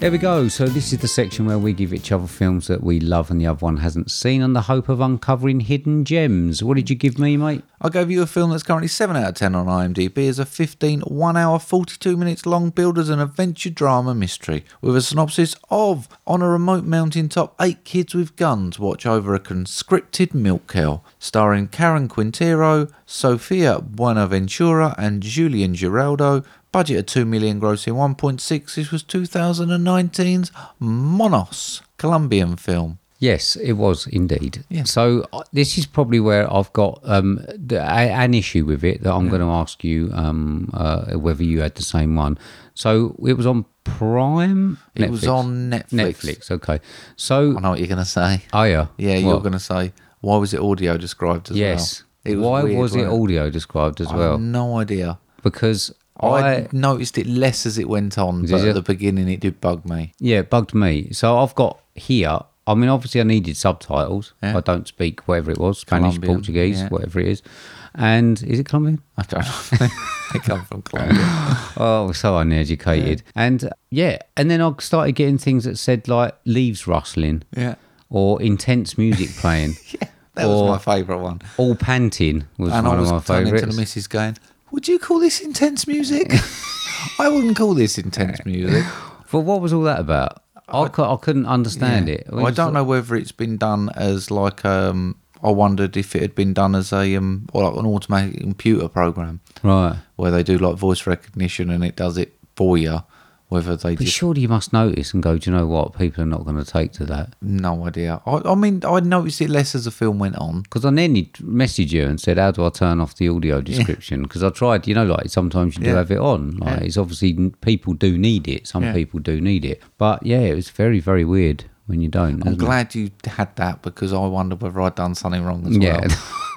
Speaker 2: There we go. So this is the section where we give each other films that we love and the other one hasn't seen, on the hope of uncovering hidden gems. What did you give me, mate?
Speaker 1: I gave you a film that's currently 7 out of 10 on IMDb as a 15, 1 hour, 42 minutes long build as an adventure drama mystery with a synopsis of On a remote mountaintop, eight kids with guns watch over a conscripted milk cow. Starring Karen Quintero, Sofia Buenaventura, and Julian Giraldo. Budget of 2 million, grossing 1.6. This was 2019's Monos, Colombian film.
Speaker 2: Yes, it was indeed. So uh, this is probably where I've got um, the, a, an issue with it that I'm going to ask you um, uh, whether you had the same one. So it was on Prime.
Speaker 1: It was on Netflix.
Speaker 2: Netflix. Okay. So
Speaker 1: I know what you're going to say.
Speaker 2: oh yeah,
Speaker 1: Yeah, you're
Speaker 2: What?
Speaker 1: going to say, why was it audio described as
Speaker 2: Yes.
Speaker 1: well?
Speaker 2: Why
Speaker 1: weird,
Speaker 2: was it
Speaker 1: wasn't
Speaker 2: audio described as
Speaker 1: I
Speaker 2: well?
Speaker 1: have no idea.
Speaker 2: Because
Speaker 1: I,
Speaker 2: I
Speaker 1: noticed it less as it went on,
Speaker 2: Did
Speaker 1: but
Speaker 2: you?
Speaker 1: at the beginning it did bug me. (laughs)
Speaker 2: Yeah, it bugged me. So I've got here. I mean, obviously, I needed subtitles.
Speaker 1: Yeah.
Speaker 2: I don't speak whatever it was Spanish,
Speaker 1: Colombian,
Speaker 2: Portuguese,
Speaker 1: yeah.
Speaker 2: whatever it is. And is it Colombian?
Speaker 1: I don't
Speaker 2: (laughs)
Speaker 1: know. (laughs) they come from Colombia.
Speaker 2: Oh, so uneducated. And uh, yeah, and then I started getting things that said like leaves rustling
Speaker 1: Yeah.
Speaker 2: or intense music
Speaker 1: (laughs)
Speaker 2: playing. yeah,
Speaker 1: That
Speaker 2: or
Speaker 1: was my favourite one.
Speaker 2: All panting was
Speaker 1: And I
Speaker 2: one
Speaker 1: was
Speaker 2: of my
Speaker 1: turning to
Speaker 2: favourites.
Speaker 1: the missus going, would you call this intense music?
Speaker 2: (laughs)
Speaker 1: (laughs) I wouldn't call this intense music.
Speaker 2: but what was all that about? I, cou- I couldn't understand
Speaker 1: Yeah.
Speaker 2: it.
Speaker 1: Well, I don't know whether it's been done as like um I wondered if it had been done as a um or like an automatic computer program
Speaker 2: Right.
Speaker 1: where they do like voice recognition and it does it for you. Whether they
Speaker 2: But
Speaker 1: just
Speaker 2: surely you must notice and go, do you know what? People are not going to take to that.
Speaker 1: no idea. I, I mean, I noticed it less as the film went on.
Speaker 2: Because I nearly messaged you and said, "How do I turn off the audio description?" Because I tried, you know, like sometimes you do
Speaker 1: Yeah.
Speaker 2: have it on. Like it's obviously people do need it. Some
Speaker 1: Yeah.
Speaker 2: people do need it, but yeah, it was very very weird when you don't.
Speaker 1: I'm
Speaker 2: wasn't it?
Speaker 1: glad you had that because I wondered whether I'd done something wrong as
Speaker 2: Yeah, (laughs)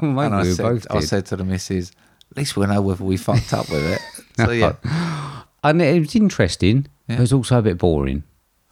Speaker 1: well.
Speaker 2: Mate,
Speaker 1: and I
Speaker 2: we
Speaker 1: said,
Speaker 2: both
Speaker 1: I
Speaker 2: did.
Speaker 1: said to the missus, at least we know whether we fucked up with
Speaker 2: (laughs)
Speaker 1: it. So yeah,
Speaker 2: and it was interesting. But it was also a bit boring.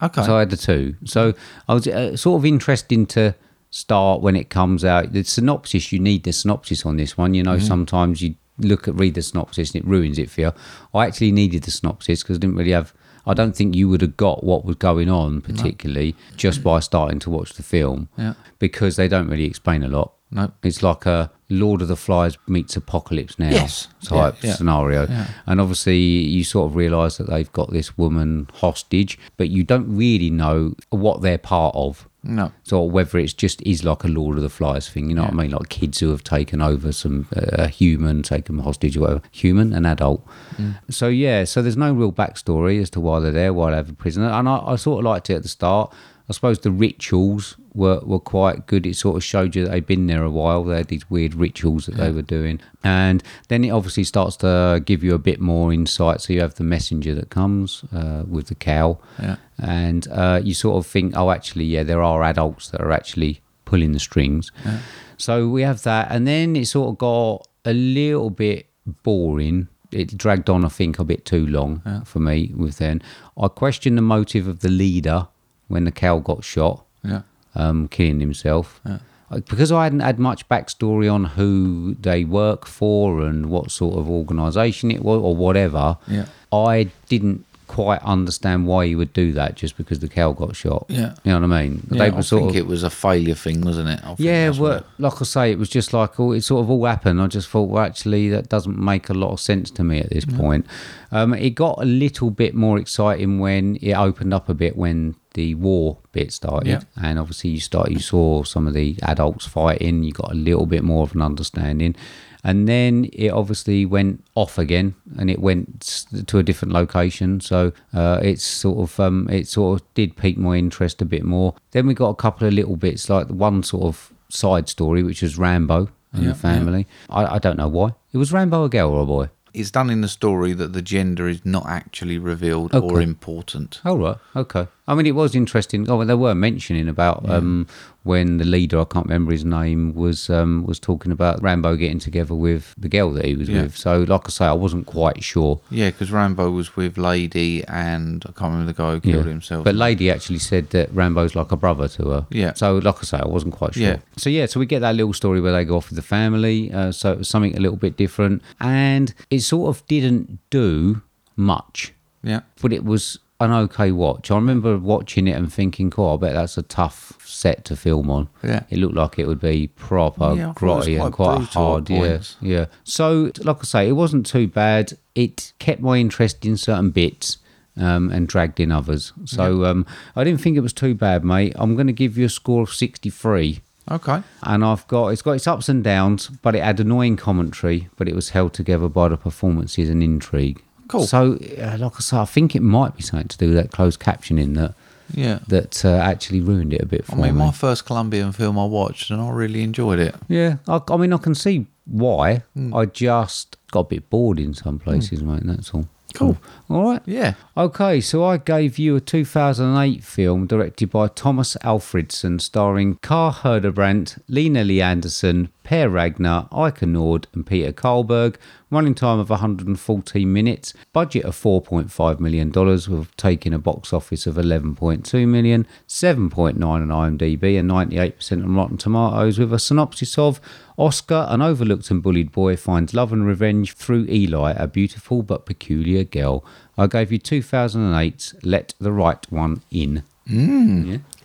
Speaker 1: okay.
Speaker 2: So I had the two. So I was uh, sort of interesting to start when it comes out. The synopsis, you need the synopsis on this one. You
Speaker 1: Mm-hmm.
Speaker 2: know, sometimes you look at read the synopsis and it ruins it for you. I actually needed the synopsis because I didn't really have. I don't think you would have got what was going on particularly just by starting to watch the film
Speaker 1: Yeah.
Speaker 2: because they don't really explain a lot.
Speaker 1: Nope.
Speaker 2: It's like a Lord of the Flies meets Apocalypse Now
Speaker 1: Yes.
Speaker 2: type
Speaker 1: Yeah, yeah.
Speaker 2: scenario. And obviously, you sort of realise that they've got this woman hostage, but you don't really know what they're part of.
Speaker 1: No.
Speaker 2: So whether it's just is like a Lord of the Flies thing, you know what I mean? Like kids who have taken over some uh, a human, taken them hostage or whatever, human, an adult.
Speaker 1: Mm.
Speaker 2: So yeah, so there's no real backstory as to why they're there, why they have a prisoner. And I, I sort of liked it at the start. I suppose the rituals were, were quite good. It sort of showed you that they'd been there a while. They had these weird rituals that they were doing. And then it obviously starts to give you a bit more insight. So you have the messenger that comes uh, with the cow.
Speaker 1: Yeah.
Speaker 2: And uh, you sort of think, oh, actually, yeah, there are adults that are actually pulling the strings.
Speaker 1: Yeah.
Speaker 2: So we have that. And then it sort of got a little bit boring. It dragged on, I think, a bit too long for me with then. I questioned the motive of the leader when the cow got shot,
Speaker 1: Yeah.
Speaker 2: um, killing himself. Uh, Because I hadn't had much backstory on who they work for and what sort of organisation it was or whatever,
Speaker 1: Yeah.
Speaker 2: I didn't quite understand why you would do that just because the cow got shot.
Speaker 1: Yeah.
Speaker 2: You know what I mean?
Speaker 1: Yeah, I think it was a failure thing, wasn't it? I think
Speaker 2: Yeah,
Speaker 1: that's
Speaker 2: well, like I say, it was just like all it sort of all happened. I just thought, well, actually, that doesn't make a lot of sense to me at this point. Um, it got a little bit more exciting when it opened up a bit when the war bit started,
Speaker 1: Yeah.
Speaker 2: and obviously you start you saw some of the adults fighting. You got a little bit more of an understanding, and then it obviously went off again, and it went s- to a different location. So uh, it's sort of um, it sort of did pique my interest a bit more. Then we got a couple of little bits like the one sort of side story, which was Rambo and
Speaker 1: Yeah,
Speaker 2: the family. I, I don't know why it was Rambo a girl or a boy.
Speaker 1: It's done in the story that the gender is not actually revealed or
Speaker 2: Okay.
Speaker 1: important.
Speaker 2: Oh right, okay. I mean, it was interesting. Oh, well, they were mentioning about um, when the leader, I can't remember his name, was um, was talking about Rambo getting together with the girl that he was
Speaker 1: Yeah.
Speaker 2: with. So, like I say, I wasn't quite sure.
Speaker 1: Yeah, because Rambo was with Lady and I can't remember the guy who
Speaker 2: Yeah.
Speaker 1: killed himself.
Speaker 2: But Lady actually said that Rambo's like a brother to her.
Speaker 1: Yeah.
Speaker 2: So, like I say, I wasn't quite sure.
Speaker 1: Yeah.
Speaker 2: So yeah, so we get that little story where they go off with the family. Uh, so it was something a little bit different, and it sort of didn't do much.
Speaker 1: yeah,
Speaker 2: but it was an okay watch. I remember watching it and thinking, cool, I bet that's a tough set to film on.
Speaker 1: Yeah.
Speaker 2: It looked like it would be proper
Speaker 1: Yeah, I thought it
Speaker 2: grotty
Speaker 1: was
Speaker 2: and
Speaker 1: quite
Speaker 2: quite
Speaker 1: brutal at
Speaker 2: hard. Yeah.
Speaker 1: points.
Speaker 2: Yeah. So, like I say, it wasn't too bad. It kept my interest in certain bits. Um, and dragged in others, so um, I didn't think it was too bad, mate. I'm going to give you a score of 63
Speaker 1: okay.
Speaker 2: and I've got it's got its ups and downs, but it had annoying commentary, but it was held together by the performances and intrigue.
Speaker 1: Cool.
Speaker 2: So, uh, like I say, I think it might be something to do with that closed captioning that
Speaker 1: Yeah.
Speaker 2: that uh, actually ruined it a bit for
Speaker 1: I mean,
Speaker 2: me.
Speaker 1: my first Colombian film I watched and I really enjoyed it.
Speaker 2: yeah, I, I mean, I can see why.
Speaker 1: Hmm.
Speaker 2: I just got a bit bored in some places, mate. That's all.
Speaker 1: Cool.
Speaker 2: All right.
Speaker 1: Yeah.
Speaker 2: Okay, so I gave you a 2008 film directed by Thomas Alfredson, starring Carl Herdebrandt, Lena Lee Anderson, Per Ragnar, Ike Nord, and Peter Karlberg. Running time of 114 minutes, budget of $4.5 million, with taking a box office of 11.2 million, 7.9 on IMDb, and 98% on Rotten Tomatoes, with a synopsis of Oscar, an overlooked and bullied boy, finds love and revenge through Eli, a beautiful but peculiar girl. I gave you 2008's Let the Right One In.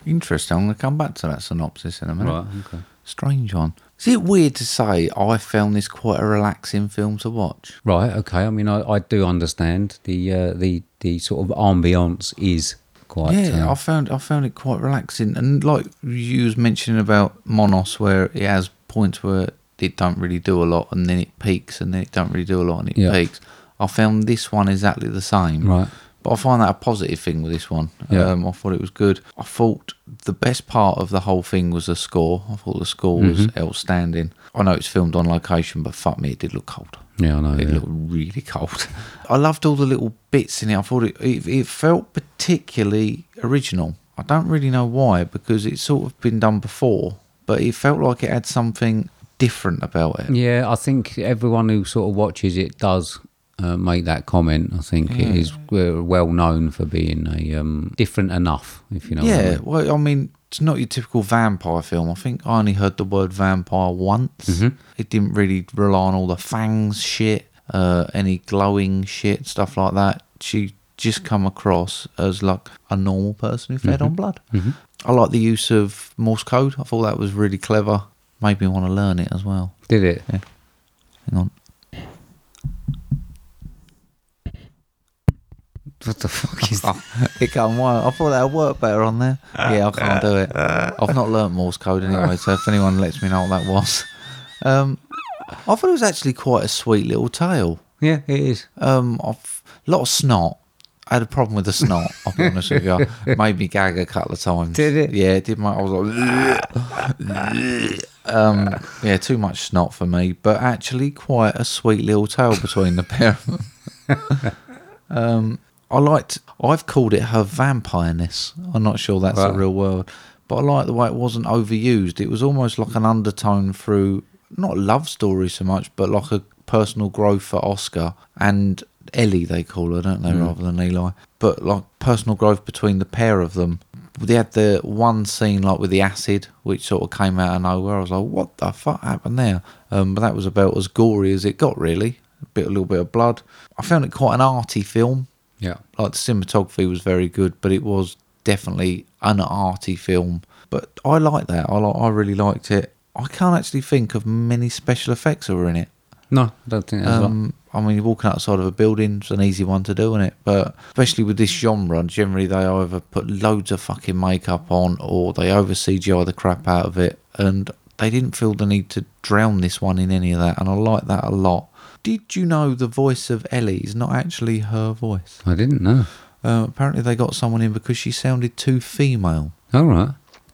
Speaker 1: Interesting. I'm going to come back to that synopsis in a minute.
Speaker 2: okay.
Speaker 1: Strange one. Is it weird to say I found this quite a relaxing film to watch?
Speaker 2: Right, okay. I mean, I, I do understand the uh, the the sort of ambiance is quite.
Speaker 1: yeah,
Speaker 2: um,
Speaker 1: I found I found it quite relaxing, and like you was mentioning about Monos, where it has points where it don't really do a lot, and then it peaks, and then it don't really do a lot, and it
Speaker 2: Yeah.
Speaker 1: peaks. I found this one exactly the same,
Speaker 2: Right.
Speaker 1: But I find that a positive thing with this one.
Speaker 2: Yeah.
Speaker 1: Um, I thought it was good. I thought the best part of the whole thing was the score. I thought the score was
Speaker 2: Mm-hmm.
Speaker 1: outstanding. I know it's filmed on location, but fuck me, it did look cold.
Speaker 2: yeah, I know.
Speaker 1: It
Speaker 2: yeah.
Speaker 1: looked really cold. I loved all the little bits in it. I thought it, it, it felt particularly original. I don't really know why, because it's sort of been done before, but it felt like it had something different about it.
Speaker 2: Yeah, I think everyone who sort of watches it does uh, make that comment. I think it is uh, well known for being a um, different enough, if you know. What I
Speaker 1: Yeah,
Speaker 2: mean.
Speaker 1: well, I mean, it's not your typical vampire film. I think I only heard the word vampire once. It didn't really rely on all the fangs shit, uh, any glowing shit, stuff like that. She just come across as like a normal person who fed on blood. I like the use of Morse code. I thought that was really clever. Made me want to learn it as well.
Speaker 2: Did it?
Speaker 1: Hang on.
Speaker 2: (laughs) What the fuck (laughs) is that?
Speaker 1: it can't work. I thought that'd work better on there. Yeah, I can't do it. I've not learnt Morse code anyway, so if anyone lets me know what that was, um, I thought it was actually quite a sweet little tale.
Speaker 2: Yeah, it is.
Speaker 1: Um, a lot of snot. I had a problem with the snot. I'll be honest with you. It made me gag a couple of times.
Speaker 2: Did it?
Speaker 1: Yeah, it did. My I was like, um, yeah, too much snot for me. But actually, quite a sweet little tale between the pair of them. Um, I liked. I've called it her vampireness. I'm not sure that's a
Speaker 2: Right.
Speaker 1: real word, but I like the way it wasn't overused. It was almost like an undertone through not love story so much, but like a personal growth for Oscar and Ellie. They call her, don't they, rather than Eli? But like personal growth between the pair of them. They had the one scene like with the acid, which sort of came out of nowhere. I was like, "What the fuck happened there?" Um, but that was about as gory as it got, really. A bit, a little bit of blood. I found it quite an arty film
Speaker 2: Yeah.
Speaker 1: like the cinematography was very good, but it was definitely an arty film. But I like that. I like, I really liked it. I can't actually think of many special effects that were in it.
Speaker 2: No, I don't think that's um,
Speaker 1: Um, I mean, walking outside of a building's an easy one to do, isn't it? But especially with this genre, generally they either put loads of fucking makeup on or they over CGI the crap out of it. And they didn't feel the need to drown this one in any of that. And I like that a lot. Did you know the voice of Ellie is not actually her voice?
Speaker 2: I didn't know.
Speaker 1: Uh, apparently, they got someone in because she sounded too female.
Speaker 2: All right.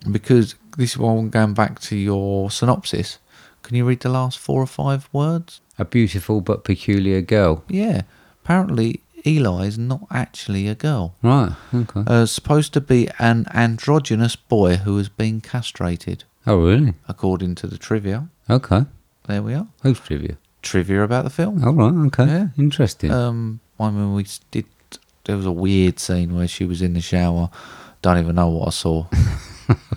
Speaker 1: Because this is why I'm going back to your synopsis. Can you read the last four or five words?
Speaker 2: A beautiful but peculiar girl.
Speaker 1: Yeah. Apparently, Eli is not actually a girl.
Speaker 2: Right. Okay.
Speaker 1: Uh, supposed to be an androgynous boy who has been castrated,
Speaker 2: oh, really?
Speaker 1: according to the trivia.
Speaker 2: Okay.
Speaker 1: There we are.
Speaker 2: Who's trivia?
Speaker 1: Trivia about the film.
Speaker 2: All right. Okay.
Speaker 1: Yeah.
Speaker 2: Interesting.
Speaker 1: Um, I mean, we s- did. There was a weird scene where she was in the shower. Don't even know what I
Speaker 2: (laughs)
Speaker 1: saw.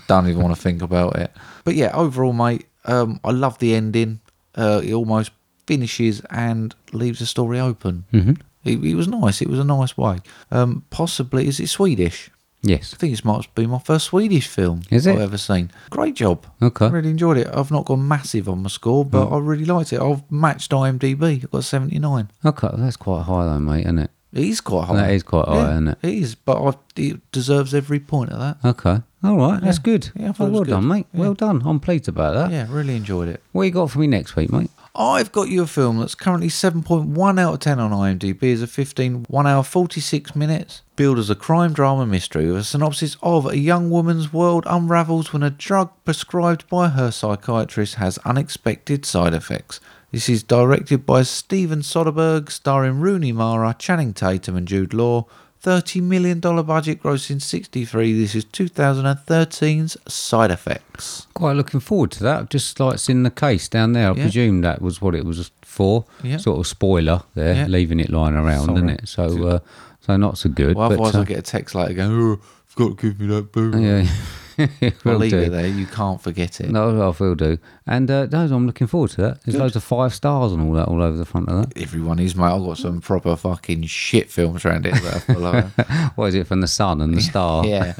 Speaker 1: Don't even want to think about it. But yeah, overall, mate, um, I love the ending. Uh, it almost finishes and leaves the story open. Mm-hmm. It, it was nice. It was a nice way. Um, possibly, is it Swedish?
Speaker 2: yes.
Speaker 1: I think this might be my first Swedish film
Speaker 2: Is it?
Speaker 1: I've ever seen. Great job.
Speaker 2: Okay. Mm.
Speaker 1: I really enjoyed it. I've not gone massive on my score, but I really liked it. I've matched IMDb. I've got 79.
Speaker 2: Okay. That's quite high though, mate, isn't it?
Speaker 1: It is quite high.
Speaker 2: That is quite high,
Speaker 1: Yeah,
Speaker 2: isn't it?
Speaker 1: It is, but I, it deserves every point of that.
Speaker 2: Okay. All right. That's
Speaker 1: Yeah.
Speaker 2: good.
Speaker 1: Yeah, I thought
Speaker 2: well,
Speaker 1: it was
Speaker 2: well
Speaker 1: good.
Speaker 2: done, mate.
Speaker 1: Yeah.
Speaker 2: Well done. I'm pleased about that.
Speaker 1: Yeah, really enjoyed it.
Speaker 2: What you got for me next week, mate?
Speaker 1: I've got you a film that's currently 7.1 out of 10 on IMDb. is a 15, 1 hour 46 minutes. Billed as a crime drama mystery with a synopsis of a young woman's world unravels when a drug prescribed by her psychiatrist has unexpected side effects. This is directed by Steven Soderbergh, starring Rooney Mara, Channing Tatum, and Jude Law. $30 million budget, grossing 63. This is 2013's Side Effects.
Speaker 2: Quite looking forward to that. I've Just like seeing the case down there. I
Speaker 1: Yeah.
Speaker 2: presume that was what it was for.
Speaker 1: Yeah.
Speaker 2: Sort of spoiler there,
Speaker 1: Yeah.
Speaker 2: leaving it lying around, isn't
Speaker 1: Sorry.
Speaker 2: it? So, uh, so not so good.
Speaker 1: Well,
Speaker 2: but,
Speaker 1: otherwise,
Speaker 2: uh,
Speaker 1: I'll get a text later going, oh, forgot to give me that boo.
Speaker 2: Yeah.
Speaker 1: (laughs) I'll
Speaker 2: Will
Speaker 1: leave
Speaker 2: do.
Speaker 1: it there. You can't forget it.
Speaker 2: No, I will do. And uh, those, I'm looking forward to that. There's loads of five stars and all that (laughs) all over the front of
Speaker 1: Everyone is, mate. I've got some proper fucking shit films around it. That I follow.
Speaker 2: (laughs) that. what is it from the sun and the star?
Speaker 1: (laughs) Yeah.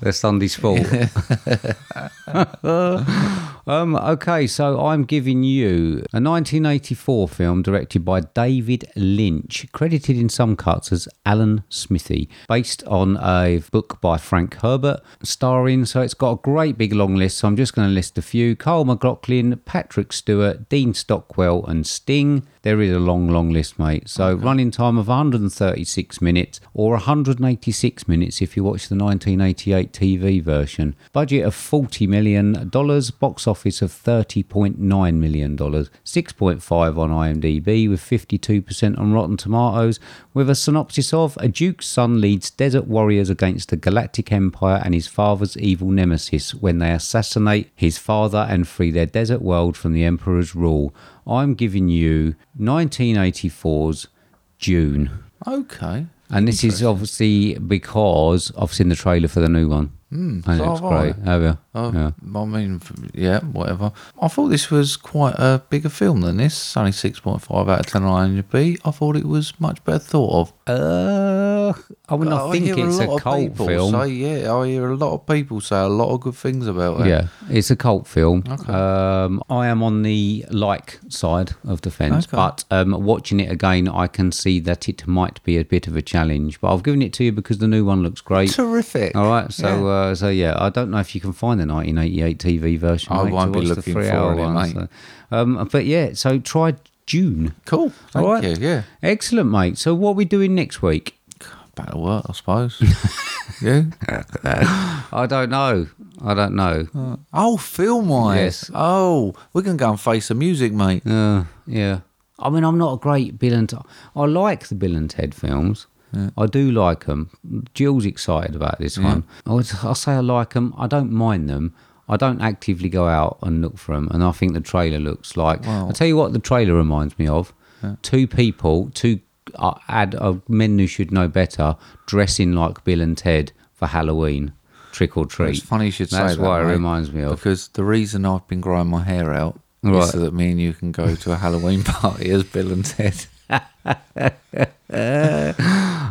Speaker 2: the Sunday sport. (laughs) um, okay, so I'm giving you a 1984 film directed by David Lynch, credited in some cuts as Alan Smithy, based on a book by Frank Herbert, starring. So it's got a great big long list. So I'm just going to list a few: Carl McLaughlin, Patrick Stewart, Dean Stockwell, and Sting. There is a long, long list, mate. So running time of 136 minutes or 186 minutes if you watch the 1988 TV version. Budget of 40 million dollars, box office of 30.9 million dollars, 6.5 on IMDb with 52% on Rotten Tomatoes, with a synopsis of a duke's son leads desert warriors against the Galactic Empire and his father's evil nemesis when they assassinate his father and free their desert world from the Emperor's rule. I'm giving you 1984's June.
Speaker 1: Okay.
Speaker 2: And this is obviously because I've seen the trailer for the new one. Mm, and
Speaker 1: so
Speaker 2: it looks
Speaker 1: have I.
Speaker 2: great. Have you?
Speaker 1: Oh,
Speaker 2: yeah.
Speaker 1: I mean, f- yeah, whatever. I thought this was quite a bigger film than this. It's only 6.5 out of 10 on IMDb. I thought it was much better thought of.
Speaker 2: Uh, Uh, I would not
Speaker 1: I
Speaker 2: think
Speaker 1: hear
Speaker 2: it's a,
Speaker 1: lot of
Speaker 2: cult
Speaker 1: people
Speaker 2: film.
Speaker 1: Say, yeah, I hear a lot of people say a lot of good things about it.
Speaker 2: Yeah, it's a cult film. Um, I am on the like side of the fence,
Speaker 1: Okay.
Speaker 2: but um, watching it again, I can see that it might be a bit of a challenge. But I've given it to you because the new one looks great.
Speaker 1: Terrific.
Speaker 2: All right, so
Speaker 1: Yeah.
Speaker 2: uh, so yeah, I don't know if you can find the 1988 TV version.
Speaker 1: I
Speaker 2: mate, to
Speaker 1: won't be
Speaker 2: watch the
Speaker 1: looking
Speaker 2: three-hour
Speaker 1: for it,
Speaker 2: one,
Speaker 1: mate.
Speaker 2: so- um, but yeah, so try June.
Speaker 1: Cool. Thank
Speaker 2: All right.
Speaker 1: you. Yeah.
Speaker 2: Excellent, mate. So what are we doing next week?
Speaker 1: Better work, I
Speaker 2: (laughs)
Speaker 1: suppose. yeah.
Speaker 2: I don't know. I don't know.
Speaker 1: Oh, film wise.
Speaker 2: Yes.
Speaker 1: Oh, we can go and face the music, mate.
Speaker 2: Uh, yeah. I mean, I'm not a great Bill and I like the Bill and Ted films. I do like them. Jill's excited about this one. I would, I'll say I like them. I don't mind them. I don't actively go out and look for them. And I think the trailer looks like.
Speaker 1: Wow.
Speaker 2: I'll tell you what the trailer reminds me of. Two people, two uh, ad, uh, men who should know better, dressing like Bill and Ted for Halloween. Trick or treat.
Speaker 1: It's funny you should say
Speaker 2: That's
Speaker 1: that.
Speaker 2: what it
Speaker 1: mate,
Speaker 2: reminds me of.
Speaker 1: Because the reason I've been growing my hair out
Speaker 2: Right.
Speaker 1: is so that me and you can go to a Halloween (laughs) party as Bill and Ted.
Speaker 2: Yeah,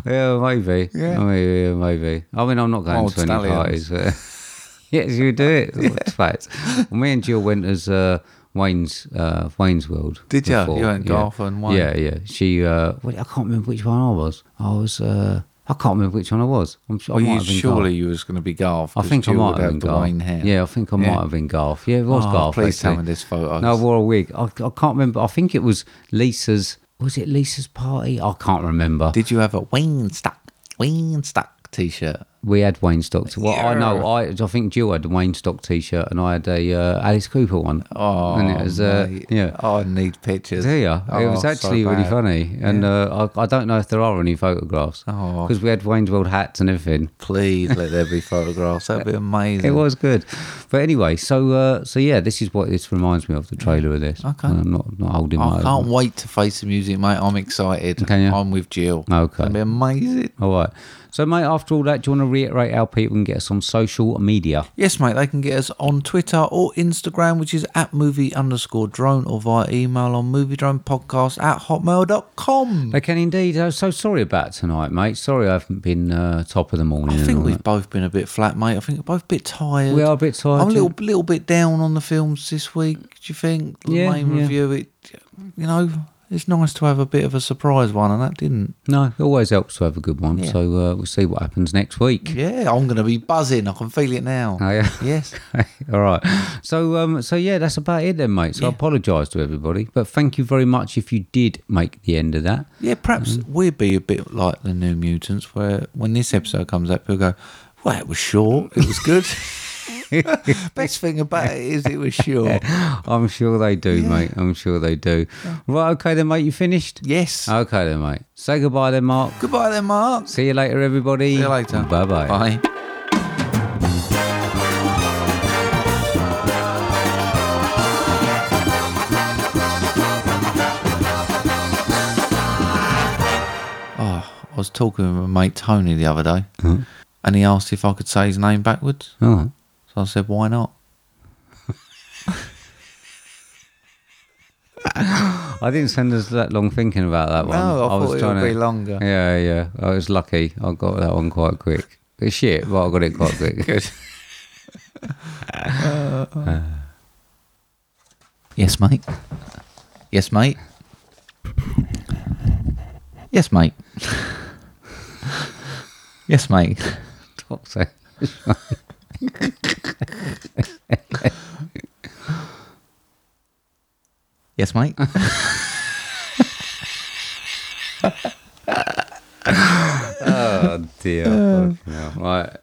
Speaker 2: maybe.
Speaker 1: Yeah.
Speaker 2: I mean, yeah, maybe. I mean, I'm not going
Speaker 1: Old
Speaker 2: to any
Speaker 1: stallions.
Speaker 2: parties. But (laughs) yes, you do it. It's fact.
Speaker 1: (laughs)
Speaker 2: Me and Jill went as uh, Wayne's uh, Wayne's World.
Speaker 1: Did ya?
Speaker 2: before,
Speaker 1: You went
Speaker 2: yeah.
Speaker 1: Garth and Wayne?
Speaker 2: Yeah, yeah. She. Uh, wait, I can't remember which one I was. I was. Uh, I can't remember which one I was. I'm, sure- I
Speaker 1: Well,
Speaker 2: Oh, might
Speaker 1: you,
Speaker 2: have been
Speaker 1: surely
Speaker 2: Garth.
Speaker 1: you was going to be Garth.
Speaker 2: I
Speaker 1: 'cause
Speaker 2: think I
Speaker 1: you
Speaker 2: might
Speaker 1: would
Speaker 2: have been
Speaker 1: the
Speaker 2: Garth.
Speaker 1: Wayne hair.
Speaker 2: Yeah, I think I
Speaker 1: Yeah.
Speaker 2: might have been Garth. Yeah, it was
Speaker 1: Oh,
Speaker 2: Garth.
Speaker 1: please tell
Speaker 2: actually.
Speaker 1: me this photo.
Speaker 2: No, I wore a wig. I, I can't remember. I think it was Lisa's. Was it Lisa's party? I can't remember.
Speaker 1: Did you have a Wayne Stack, Wayne Stack t-shirt?
Speaker 2: We had Wayne Stock. Well, I know. I I think Jill had a Wayne Stock T-shirt, and I had a uh, Alice Cooper one.
Speaker 1: Oh,
Speaker 2: and it was uh,
Speaker 1: mate.
Speaker 2: yeah.
Speaker 1: Oh, I need pictures.
Speaker 2: There you are. it
Speaker 1: oh,
Speaker 2: was actually really funny, and uh, I, I don't know if there are any photographs
Speaker 1: Oh.
Speaker 2: because we had Wayne's World hats and everything.
Speaker 1: Please let there be photographs. That'd
Speaker 2: (laughs)
Speaker 1: be amazing.
Speaker 2: It was good, but anyway, so uh, so yeah, this is what this reminds me of the trailer of this.
Speaker 1: Okay.
Speaker 2: And I'm not not holding my.
Speaker 1: I can't
Speaker 2: over.
Speaker 1: wait to face the music, mate. I'm excited.
Speaker 2: Can you?
Speaker 1: I'm with Jill.
Speaker 2: Okay.
Speaker 1: It'll be amazing.
Speaker 2: All right. So, mate, after all that, do you want to reiterate how people can get us on social media?
Speaker 1: Yes, mate, they can get us on Twitter or Instagram, which is at movie underscore drone, or via email on movie drone podcast at hotmail.com.
Speaker 2: They can indeed. I'm so sorry about tonight, mate. Sorry I haven't been uh, top of the morning.
Speaker 1: I
Speaker 2: and
Speaker 1: think
Speaker 2: all
Speaker 1: we've
Speaker 2: that.
Speaker 1: both been a bit flat, mate. I think we're both a bit tired.
Speaker 2: We are a bit tired,
Speaker 1: I'm a little,
Speaker 2: yeah.
Speaker 1: little bit down on the films this week. Do you think?
Speaker 2: Yeah,
Speaker 1: Lame
Speaker 2: yeah.
Speaker 1: review. It, you know, it's nice to have a bit of a surprise one, and that didn't.
Speaker 2: No, it always helps to have a good one.
Speaker 1: Yeah.
Speaker 2: So uh, we'll see what happens next week.
Speaker 1: Yeah, I'm going to be buzzing. I can feel it now.
Speaker 2: Oh, (laughs) yeah.
Speaker 1: Yes.
Speaker 2: All right. So, um, so yeah, that's about it then, mate. So I apologise to everybody, but thank you very much if you did make the end of that. (laughs)
Speaker 1: Yeah, perhaps we'd be a bit like the New Mutants, where when this episode comes out, people go, "Well, it was short. It was good." Best thing about it is it was short.
Speaker 2: I'm sure they do, mate. I'm sure they do. Right. Okay, then, mate. You finished?
Speaker 1: Yes.
Speaker 2: Okay, then, mate. Say goodbye, then, Mark.
Speaker 1: Goodbye, then, Mark.
Speaker 2: See you later, everybody.
Speaker 1: See you later.
Speaker 2: Bye-bye.
Speaker 1: Bye. Oh, I was talking with my mate Tony the other day, and he asked if I could say his name backwards.
Speaker 2: All right.
Speaker 1: So I said, "Why not?"
Speaker 2: I didn't spend us that long thinking about that one.
Speaker 1: No, I thought it would
Speaker 2: trying
Speaker 1: be longer.
Speaker 2: Yeah, yeah. I was lucky. I got that one quite quick. It's shit, but I got it
Speaker 1: (laughs)
Speaker 2: quite quick.
Speaker 1: Yes, mate. Yes, mate. Yes, mate. (laughs) yes, mate.
Speaker 2: Stop saying-
Speaker 1: Yes, mate.
Speaker 2: oh dear. fucking hell. Right.